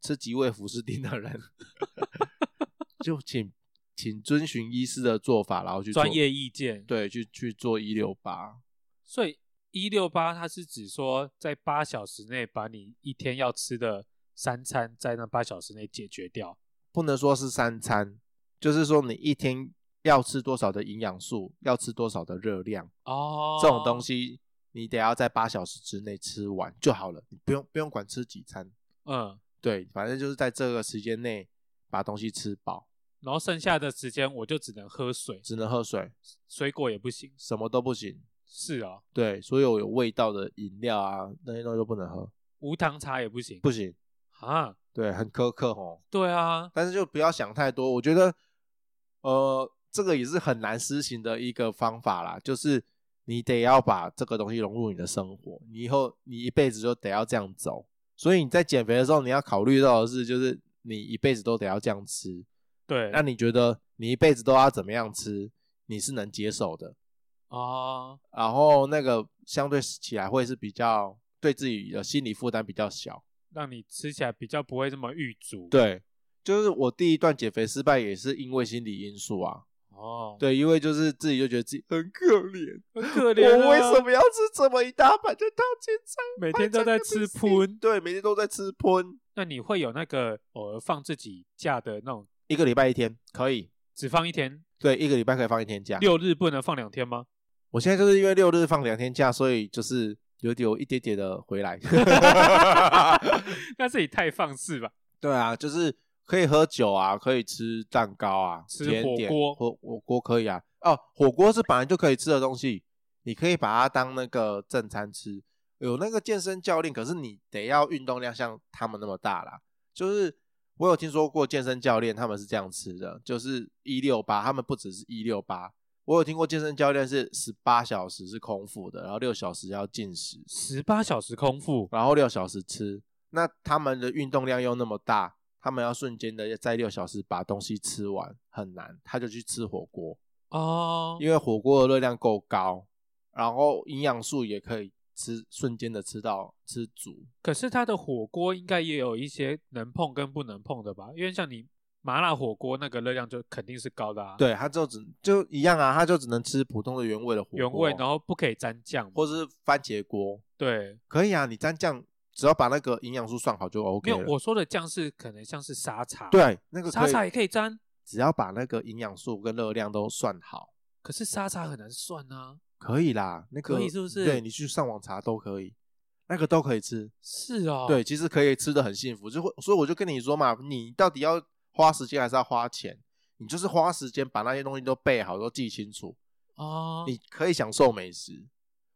[SPEAKER 2] 吃极味福士丁的人， 就请请遵循医师的做法，然后去做
[SPEAKER 1] 专业意见。，
[SPEAKER 2] 对去去做一六八。
[SPEAKER 1] 所以一六八它是指说在八小时内把你一天要吃的三餐在那八小时内解决掉。
[SPEAKER 2] 不能说是三餐，就是说你一天要吃多少的营养素，要吃多少的热量，
[SPEAKER 1] 哦，
[SPEAKER 2] 这种东
[SPEAKER 1] 西，
[SPEAKER 2] 西你得要在八小时之内吃完就好了，你不用不用管吃几餐，
[SPEAKER 1] 嗯，
[SPEAKER 2] 对，反正就是在这个时间内把东西吃饱，
[SPEAKER 1] 然后剩下的时间我就只能喝水，
[SPEAKER 2] 只能喝水，
[SPEAKER 1] 水果也不行。
[SPEAKER 2] 什么都不行。
[SPEAKER 1] 是啊，
[SPEAKER 2] 对，所有有味道的饮料啊，那些东西都不能喝，
[SPEAKER 1] 无糖茶也不行。
[SPEAKER 2] 不行。
[SPEAKER 1] 啊，
[SPEAKER 2] 对，很苛刻哦。
[SPEAKER 1] 对啊，
[SPEAKER 2] 但是就不要想太多，我觉得，呃，这个也是很难施行的一个方法啦，就是你得要把这个东西融入你的生活，你以后你一辈子就得要这样走。所以你在减肥的时候，你要考虑到的是，就是你一辈子都得要这样吃。
[SPEAKER 1] 对，
[SPEAKER 2] 那你觉得你一辈子都要怎么样吃，你是能接受的？
[SPEAKER 1] 哦，
[SPEAKER 2] 然后那个相对起来会是比较对自己的心理负担比较小。
[SPEAKER 1] 让你吃起来比较不会这么郁足。，
[SPEAKER 2] 对，就是我第一段减肥失败也是因为心理因素啊。
[SPEAKER 1] 哦，，
[SPEAKER 2] 对，因为就是自己就觉得自己很可怜，
[SPEAKER 1] 很可怜、啊。
[SPEAKER 2] 我为什？么要吃这么一大盘的烫青菜？
[SPEAKER 1] 每天都在吃
[SPEAKER 2] 喷，
[SPEAKER 1] 喷？
[SPEAKER 2] 对，每天都在吃喷，
[SPEAKER 1] 那你会有那个偶尔放自己假的那种，
[SPEAKER 2] 一个礼拜一天可以。
[SPEAKER 1] 只放一天，
[SPEAKER 2] 对，一个礼拜可以放一天假。
[SPEAKER 1] 六日不能放两天 吗？
[SPEAKER 2] 我现在就是因为六日放两天假，所以就是有有一点点的 回来。
[SPEAKER 1] 那自己太放肆吧。
[SPEAKER 2] 对啊，就是可以喝酒啊，可以吃蛋糕啊，
[SPEAKER 1] 吃
[SPEAKER 2] 甜点
[SPEAKER 1] 火锅
[SPEAKER 2] 火火锅可以啊。哦，火锅是本来就可以吃的东西，你可以把它当那个正餐吃。有那个健身教练，可是你得要运动量像他们那么大啦。就是我有听说过健身教练他们是这样吃的，就是一六八，他们不只是一六八，我有听过健身教练是十八小时是空腹的，然后六小时要进食，
[SPEAKER 1] 十八小时空腹，
[SPEAKER 2] 然后六小时吃。那他们的运动量又那么大，他们要瞬间的在六小时把东西吃完很难，他就去吃火锅。
[SPEAKER 1] 哦，
[SPEAKER 2] 因为火锅的热量够高，然后营养素也可以吃瞬间的吃到吃足。
[SPEAKER 1] 可是它的火锅应该也有一些能碰跟不能碰的吧？因为像你麻辣火锅那个热量就肯定是高的啊，，
[SPEAKER 2] 对，它就只就一样啊，它就只能吃普通的原味的火锅，
[SPEAKER 1] 原味，哦然后不可以沾酱嘛，
[SPEAKER 2] 或是番茄锅，
[SPEAKER 1] 对，
[SPEAKER 2] 可以啊，你沾酱，只要把那个营养素算好就
[SPEAKER 1] 没
[SPEAKER 2] OK
[SPEAKER 1] 有
[SPEAKER 2] 了。
[SPEAKER 1] 我说的酱是可能像是沙茶，，
[SPEAKER 2] 啊对那个
[SPEAKER 1] 沙
[SPEAKER 2] 可以
[SPEAKER 1] 茶也可以沾，
[SPEAKER 2] 只要把那个营养素跟热量都算好，
[SPEAKER 1] 可是沙茶很难算啊，
[SPEAKER 2] 可以啦。那个
[SPEAKER 1] 可以是不是
[SPEAKER 2] 对你去上网查都可以，那个都可以吃。
[SPEAKER 1] 是哦，
[SPEAKER 2] 对，，其实可以吃的很幸福，就会，所以我就跟你说嘛，你到底要花时间还是要花钱？你就是花时间把那些东西都备好，都记清楚，
[SPEAKER 1] 哦，
[SPEAKER 2] 你可以享受美食。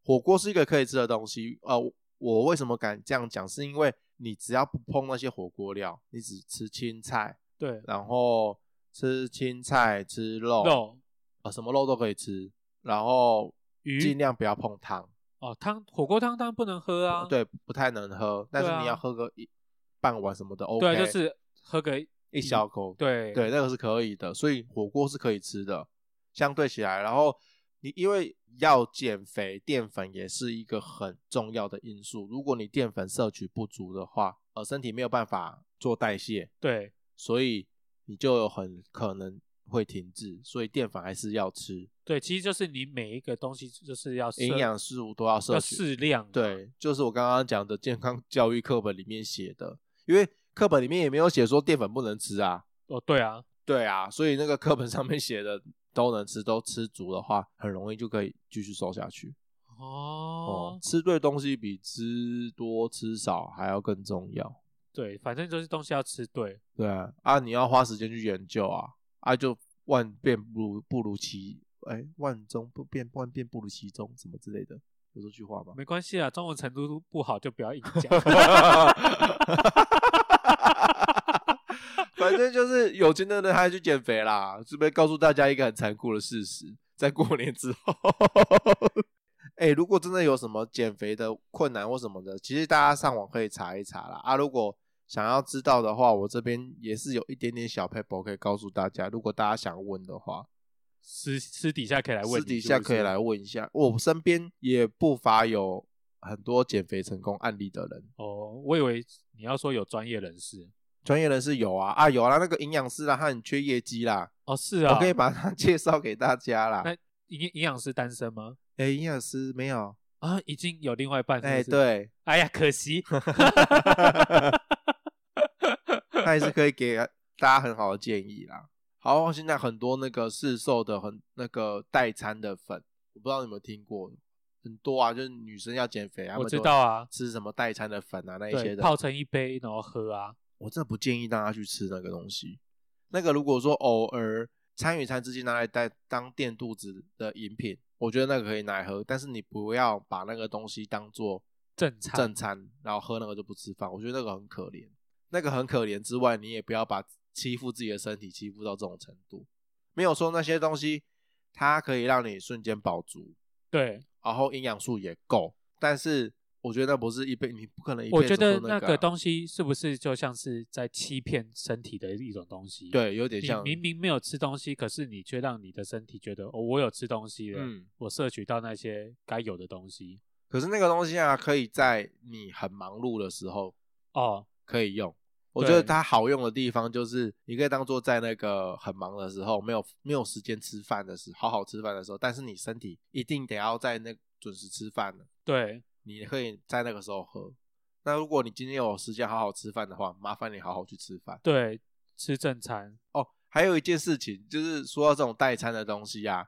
[SPEAKER 2] 火锅是一个可以吃的东西，呃，我我为什么敢这样讲？是因为你只要不碰那些火锅料，你只吃青菜，
[SPEAKER 1] 对，
[SPEAKER 2] 然后吃青菜吃肉，
[SPEAKER 1] 肉
[SPEAKER 2] 呃什么肉都可以吃，然后尽
[SPEAKER 1] 鱼
[SPEAKER 2] 量不要碰汤，
[SPEAKER 1] 哦汤火锅汤当然不能喝啊，
[SPEAKER 2] 对，不太能喝，但是
[SPEAKER 1] 对啊
[SPEAKER 2] 你要喝个一半碗什么的，OK，
[SPEAKER 1] 对啊，就是喝个
[SPEAKER 2] 一小口，
[SPEAKER 1] 对
[SPEAKER 2] 对，那个是可以的，所以火锅是可以吃的，相对起来，然后你因为要减肥，淀粉也是一个很重要的因素。如果你淀粉摄取不足的话，呃，身体没有办法做代谢，
[SPEAKER 1] 对
[SPEAKER 2] 所以你就有很可能会停滞，所以淀粉还是要吃，
[SPEAKER 1] 对，其实就是你每一个东西就是要摄
[SPEAKER 2] 营养素都要摄
[SPEAKER 1] 要
[SPEAKER 2] 取。
[SPEAKER 1] 适量啊，
[SPEAKER 2] 对，就是我刚刚讲的健康教育课本里面写的，因为课本里面也没有写说淀粉不能吃啊。
[SPEAKER 1] 哦对啊，
[SPEAKER 2] 对啊，所以那个课本上面写的都能吃，都吃足的话，很容易就可以继续瘦下去。
[SPEAKER 1] 哦
[SPEAKER 2] 哦，，吃对东西比吃多吃少还要更重要。
[SPEAKER 1] 对，反正就是东西要吃对，
[SPEAKER 2] 对啊，啊，你要花时间去研究啊，啊，就万变不如不如其哎，万中不变，万变不如其中，什么之类的，有这句话吗？
[SPEAKER 1] 没关系啊，中文程度不好就不要硬讲。
[SPEAKER 2] 反正就是有钱的人还去减肥啦，是不是告诉大家一个很残酷的事实？在过年之后， 哎、如果真的有什么减肥的困难或什么的，其实大家上网可以查一查啦。啊，如果想要知道的话，我这边也是有一点点小 paper 可以告诉大家。如果大家想问的话，
[SPEAKER 1] 私私底下可以来问
[SPEAKER 2] 私
[SPEAKER 1] 你，
[SPEAKER 2] 底
[SPEAKER 1] 是
[SPEAKER 2] 下
[SPEAKER 1] 不
[SPEAKER 2] 可以
[SPEAKER 1] 是
[SPEAKER 2] 来问一下。我身边也不乏有很多减肥成功案例的人，
[SPEAKER 1] 哦。我以为你要说有专业人士
[SPEAKER 2] 专业人士有啊啊有啊，那个营养师啦，他很缺业绩啦，
[SPEAKER 1] 哦，是啊，
[SPEAKER 2] 我可以把他 介绍给大家啦。
[SPEAKER 1] 那营营养师单身吗？
[SPEAKER 2] 哎，营养师没有？
[SPEAKER 1] 啊，已经有另外一半，
[SPEAKER 2] 哎，
[SPEAKER 1] 是不是，
[SPEAKER 2] 对，
[SPEAKER 1] 哎呀，可 惜，
[SPEAKER 2] 他也是可以给大家很好的建议啦。好，现在很多那个市售的很那个代餐的粉，我不知道你有没有听过，很多啊，就是女生要减肥，他们
[SPEAKER 1] 我知
[SPEAKER 2] 都
[SPEAKER 1] 道啊，
[SPEAKER 2] 吃什么代餐的粉啊那一些
[SPEAKER 1] 对，
[SPEAKER 2] 的，
[SPEAKER 1] 泡成一杯然后喝啊，
[SPEAKER 2] 我真的不建议大家去吃那个东西。那个如果说偶尔餐与餐之间拿来带当垫肚子的饮品，我觉得那个可以拿来喝，但是你不要把那个东西当做
[SPEAKER 1] 正常，
[SPEAKER 2] 正餐，然后喝那个就不吃饭，我觉得那个很可怜。那个很可怜之外，你也不要把欺负自己的身体欺负到这种程度。没有说那些东西它可以让你瞬间饱足，
[SPEAKER 1] 对，
[SPEAKER 2] 然后营养素也够，但是我觉得那不是一辈，你不可能一辈
[SPEAKER 1] 我
[SPEAKER 2] 子
[SPEAKER 1] 觉得
[SPEAKER 2] 喝那
[SPEAKER 1] 个
[SPEAKER 2] 个啊
[SPEAKER 1] 东西是不是就像是在欺骗身体的一种东西？，
[SPEAKER 2] 对有点
[SPEAKER 1] 你
[SPEAKER 2] 像
[SPEAKER 1] 明明没有吃东西，可是你却让你的身体觉得哦，我有吃东西了，
[SPEAKER 2] 嗯
[SPEAKER 1] 我摄取到那些该有的东西。
[SPEAKER 2] 可是那个东西啊，可以在你很忙碌的时候
[SPEAKER 1] 哦，
[SPEAKER 2] 可以用。我
[SPEAKER 1] 对
[SPEAKER 2] 觉得它好用的地方就是，你可以当做在那个很忙的时候，没有没有时间吃饭的时候，好好吃饭的时候，但是你身体一定得要在那准时吃饭了，
[SPEAKER 1] 对，
[SPEAKER 2] 你可以在那个时候喝。那如果你今天有时间好好吃饭的话，麻烦你好好去吃饭
[SPEAKER 1] 对，吃正餐
[SPEAKER 2] 哦。还有一件事情，就是说到这种代餐的东西啊，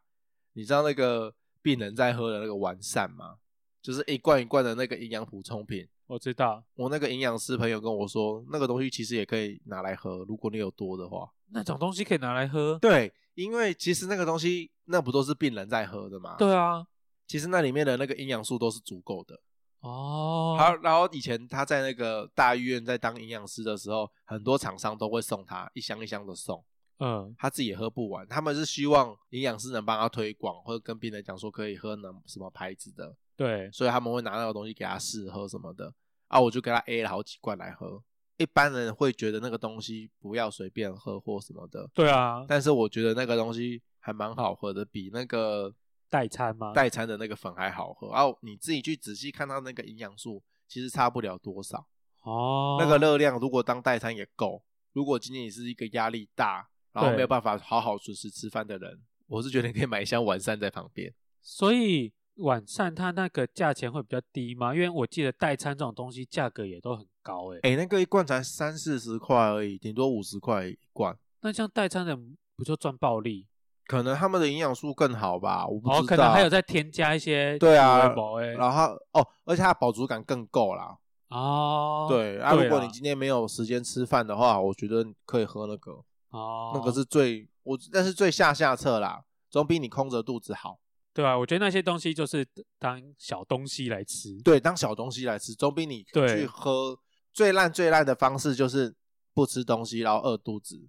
[SPEAKER 2] 你知道那个病人在喝的那个完善吗？就是一罐一罐的那个营养补充品，
[SPEAKER 1] 我知道。
[SPEAKER 2] 我那个营养师朋友跟我说，那个东西其实也可以拿来喝，如果你有多的话。
[SPEAKER 1] 那种东西可以拿来喝，
[SPEAKER 2] 对，因为其实那个东西，那不都是病人在喝的吗？，
[SPEAKER 1] 对啊，
[SPEAKER 2] 其实那里面的那个营养素都是足够的，
[SPEAKER 1] 哦，
[SPEAKER 2] 还有，然后以前他在那个大医院在当营养师的时候，很多厂商都会送他一箱一箱的送，
[SPEAKER 1] 嗯，
[SPEAKER 2] 他自己也喝不完。他们是希望营养师能帮他推广，或者跟病人讲说可以喝能什么牌子的，
[SPEAKER 1] 对，
[SPEAKER 2] 所以他们会拿那个东西给他试喝什么的。啊，我就给他 A 了好几罐来喝。一般人会觉得那个东西不要随便喝或什么的，
[SPEAKER 1] 对啊，
[SPEAKER 2] 但是我觉得那个东西还蛮好喝的，比那个
[SPEAKER 1] 代餐吗？
[SPEAKER 2] 代餐的那个粉还好喝。然后你自己去仔细看它那个营养素，其实差不了多少。
[SPEAKER 1] 哦，
[SPEAKER 2] 那个热量如果当代餐也够。如果今天你是一个压力大，然后
[SPEAKER 1] 对
[SPEAKER 2] 没有办法好好准时吃饭的人，我是觉得你可以买一箱完善在旁边。
[SPEAKER 1] 所以晚上它那个价钱会比较低吗？因为我记得代餐这种东西价格也都很高欸诶、
[SPEAKER 2] 哎、那个一罐才三四十块而已，顶多五十块一罐。
[SPEAKER 1] 那像代餐的不就赚暴利？
[SPEAKER 2] 可能他们的营养素更好吧，我不知道。
[SPEAKER 1] 哦，可能还有再添加一些
[SPEAKER 2] 对啊
[SPEAKER 1] 哎，
[SPEAKER 2] 然后哦，而且它的饱足感更够啦。
[SPEAKER 1] 哦，
[SPEAKER 2] 对啊，如果你
[SPEAKER 1] 啦
[SPEAKER 2] 今天没有时间吃饭的话，我觉得你可以喝那个，
[SPEAKER 1] 哦，
[SPEAKER 2] 那个是最我那是最下下策啦，总比你空着肚子好。
[SPEAKER 1] 对啊，我觉得那些东西就是当小东西来吃，
[SPEAKER 2] 对，当小东西来吃，总比你
[SPEAKER 1] 对
[SPEAKER 2] 去喝最烂最烂的方式就是不吃东西，然后饿肚子，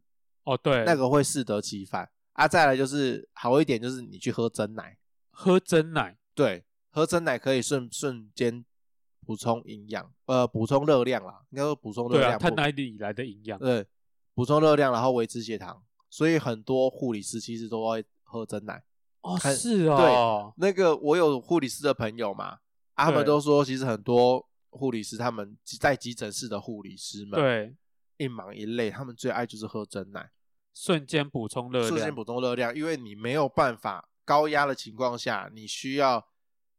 [SPEAKER 1] 哦，对，
[SPEAKER 2] 那个会适得其反啊。再来就是好一点，就是你去喝真奶，
[SPEAKER 1] 喝真奶
[SPEAKER 2] 对，喝真奶可以瞬瞬间补充营养，呃，补充热量啦，应该说补充热
[SPEAKER 1] 对
[SPEAKER 2] 量，
[SPEAKER 1] 啊，它
[SPEAKER 2] 补
[SPEAKER 1] 哪里来的营养？
[SPEAKER 2] 对，补充热量，然后维持血糖，所以很多护理师其实都会喝真奶。
[SPEAKER 1] 哦，
[SPEAKER 2] 看
[SPEAKER 1] 是哦，
[SPEAKER 2] 那个我有护理师的朋友嘛，啊他们
[SPEAKER 1] 对
[SPEAKER 2] 都说，其实很多护理师他们在急诊室的护理师们，，
[SPEAKER 1] 对，
[SPEAKER 2] 一忙一累，他们最爱就是喝真奶，
[SPEAKER 1] 瞬间补充热
[SPEAKER 2] 瞬间
[SPEAKER 1] 量，
[SPEAKER 2] 补充热量，因为你没有办法高压的情况下，你需要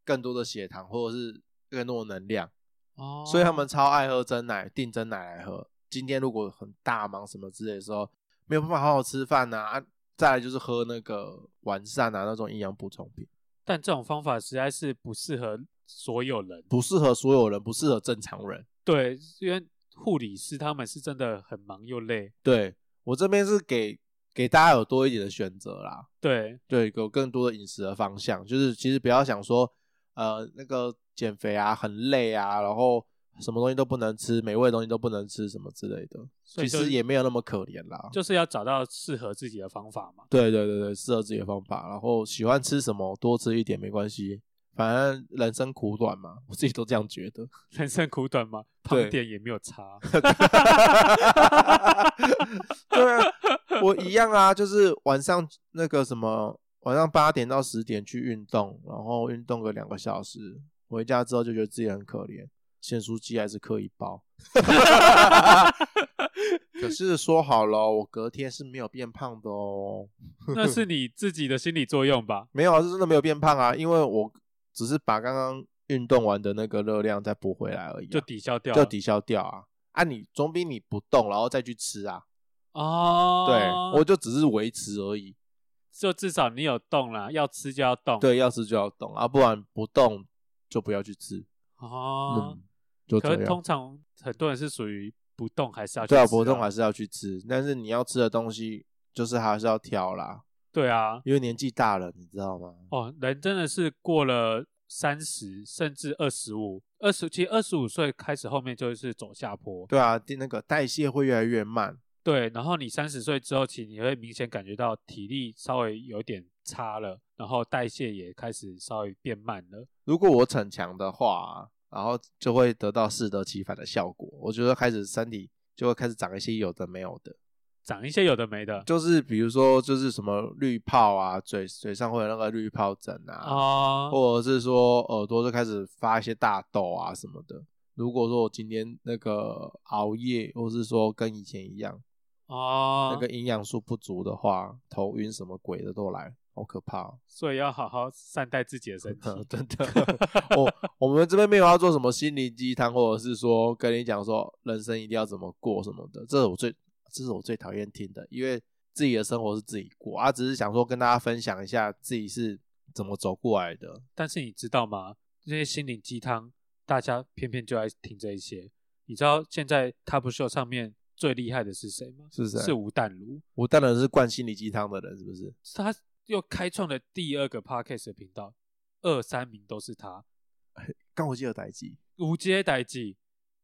[SPEAKER 2] 更多的血糖或者是更多的能量，
[SPEAKER 1] 哦，
[SPEAKER 2] 所以他们超爱喝真奶，订真奶来喝。今天如果很大忙什么之类的时候，没有办法好好吃饭呐、啊，再来就是喝那个完善啊那种营养补充品，
[SPEAKER 1] 但这种方法实在是不适合所有人，
[SPEAKER 2] 不适合所有人，不适合正常人。
[SPEAKER 1] 对，因为护理师他们是真的很忙又累，
[SPEAKER 2] 对我这边是给给大家有多一点的选择啦，
[SPEAKER 1] 对，
[SPEAKER 2] 对，有更多的饮食的方向，就是其实不要想说，呃，那个减肥啊很累啊，然后什么东西都不能吃，美味的东西都不能吃什么之类的，
[SPEAKER 1] 所
[SPEAKER 2] 其
[SPEAKER 1] 以就
[SPEAKER 2] 实也没有那么可怜啦。
[SPEAKER 1] 就是要找到适合自己的方法嘛。
[SPEAKER 2] 对对对对，适合自己的方法，然后喜欢吃什么多吃一点没关系，反正人生苦短嘛，我自己都这样觉得。
[SPEAKER 1] 人生苦短嘛，胖
[SPEAKER 2] 对
[SPEAKER 1] 一点也没有 差。
[SPEAKER 2] 对啊，我一样啊，就是晚上那个什么，晚上八点到十点去运动，然后运动个两个小时，回家之后就觉得自己很可怜，咸酥鸡还是嗑一包。 可是说好了，哦我隔天是没有变胖的哦。
[SPEAKER 1] 那是你自己的心理作用 吧？
[SPEAKER 2] 没有啊，是真的没有变胖啊，因为我只是把刚刚运动完的那个热量再补回来而已、啊，
[SPEAKER 1] 就抵消掉了，
[SPEAKER 2] 就抵消掉啊。啊，你总比你不动然后再去吃啊，
[SPEAKER 1] 哦。
[SPEAKER 2] 对，我就只是维持而已。
[SPEAKER 1] 就至少你有动啦，要吃就要动。
[SPEAKER 2] 对，要吃就要动啊，不然不动就不要去吃。
[SPEAKER 1] 哦，
[SPEAKER 2] 嗯，就
[SPEAKER 1] 可
[SPEAKER 2] 这
[SPEAKER 1] 是
[SPEAKER 2] 样
[SPEAKER 1] 通。常很多人是属于不动还是要去
[SPEAKER 2] 对啊，
[SPEAKER 1] 吃
[SPEAKER 2] 不动还是要去吃，但是你要吃的东西就是还是要挑啦，
[SPEAKER 1] 对啊。
[SPEAKER 2] 因为年纪大了，你知道吗？
[SPEAKER 1] 哦，人真的是过了三十，甚至二十五、二十，其实二十五岁开始后面就是走下坡。
[SPEAKER 2] 对啊，那个代谢会越来越慢。
[SPEAKER 1] 对，然后你三十岁之后，其实你会明显感觉到体力稍微有点差了，然后代谢也开始稍微变慢了。
[SPEAKER 2] 如果我逞强的话，然后就会得到适得其反的效果。我觉得开始身体就会开始长一些有的没有的，
[SPEAKER 1] 长一些有的没的
[SPEAKER 2] 就是比如说就是什么绿泡啊，嘴嘴上会有那个绿泡疹啊，
[SPEAKER 1] 啊，
[SPEAKER 2] 或者是说耳朵就开始发一些大痘啊什么的。如果说我今天那个熬夜，或是说跟以前一样，
[SPEAKER 1] 哦
[SPEAKER 2] 那个营养素不足的话，头晕什么鬼的都来，好可怕、哦！
[SPEAKER 1] 所以要好好善待自己的身 体。
[SPEAKER 2] 真的， 我哦我们这边没有要做什么心灵鸡汤，或者是说跟你讲说人生一定要怎么过什么的，这是我最这是我最讨厌听的，因为自己的生活是自己过啊，只是想说跟大家分享一下自己是怎么走过来的。
[SPEAKER 1] 但是你知道吗？这些心灵鸡汤，大家偏偏就爱听这一些。你知道现在 Top Show 上面最厉害的是谁吗？
[SPEAKER 2] 是谁
[SPEAKER 1] 是吴淡如，
[SPEAKER 2] 我当然是灌心灵鸡汤的人，是不是？
[SPEAKER 1] 他又开创了第二个 Podcast 的频道，二三名都是他。
[SPEAKER 2] 刚我记得代记，
[SPEAKER 1] 无街代记，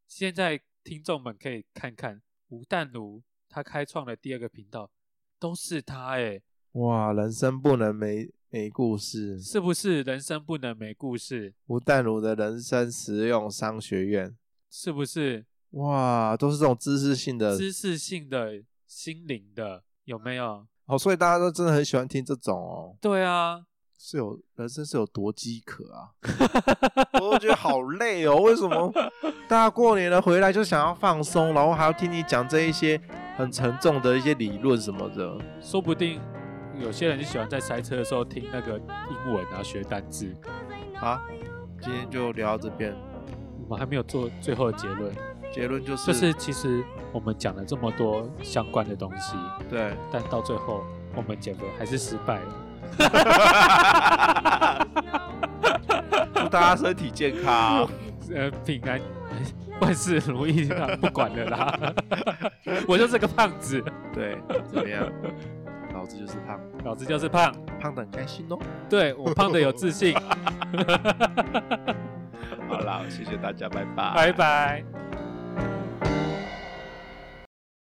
[SPEAKER 1] 现在听众们可以看看吴淡如他开创的第二个频道，都是他哎、
[SPEAKER 2] 哇，人生不能没没故事。
[SPEAKER 1] 是不是人生不能没故事？
[SPEAKER 2] 吴淡如的人生实用商学院，
[SPEAKER 1] 是不是
[SPEAKER 2] 哇，都是这种知识性的
[SPEAKER 1] 知识性的、心灵的，有没有？
[SPEAKER 2] 哦，所以大家都真的很喜欢听这种哦，
[SPEAKER 1] 对啊，
[SPEAKER 2] 是有人生是有多饥渴 啊！我都觉得好累哦，为什么大家过年了回来就想要放松，然后还要听你讲这一些很沉重的一些理论什么的？
[SPEAKER 1] 说不定有些人就喜欢在塞车的时候听那个英文啊，学单字。
[SPEAKER 2] 好，啊今天就聊到这边，
[SPEAKER 1] 我们还没有做最后的结论，
[SPEAKER 2] 结论就是，
[SPEAKER 1] 就是其实我们讲了这么多相关的东西，
[SPEAKER 2] 对，
[SPEAKER 1] 但到最后我们减肥还是失败了。
[SPEAKER 2] 祝大家身体健康，
[SPEAKER 1] 呃，平安， 万事如意啊，不管了啦。我就是个胖子，
[SPEAKER 2] 对，怎么 样？老子就是胖，
[SPEAKER 1] 老子就是胖，
[SPEAKER 2] 胖的很开心哦。
[SPEAKER 1] 对我胖的有自信。
[SPEAKER 2] 好啦，谢谢大家，拜拜。
[SPEAKER 1] 拜拜。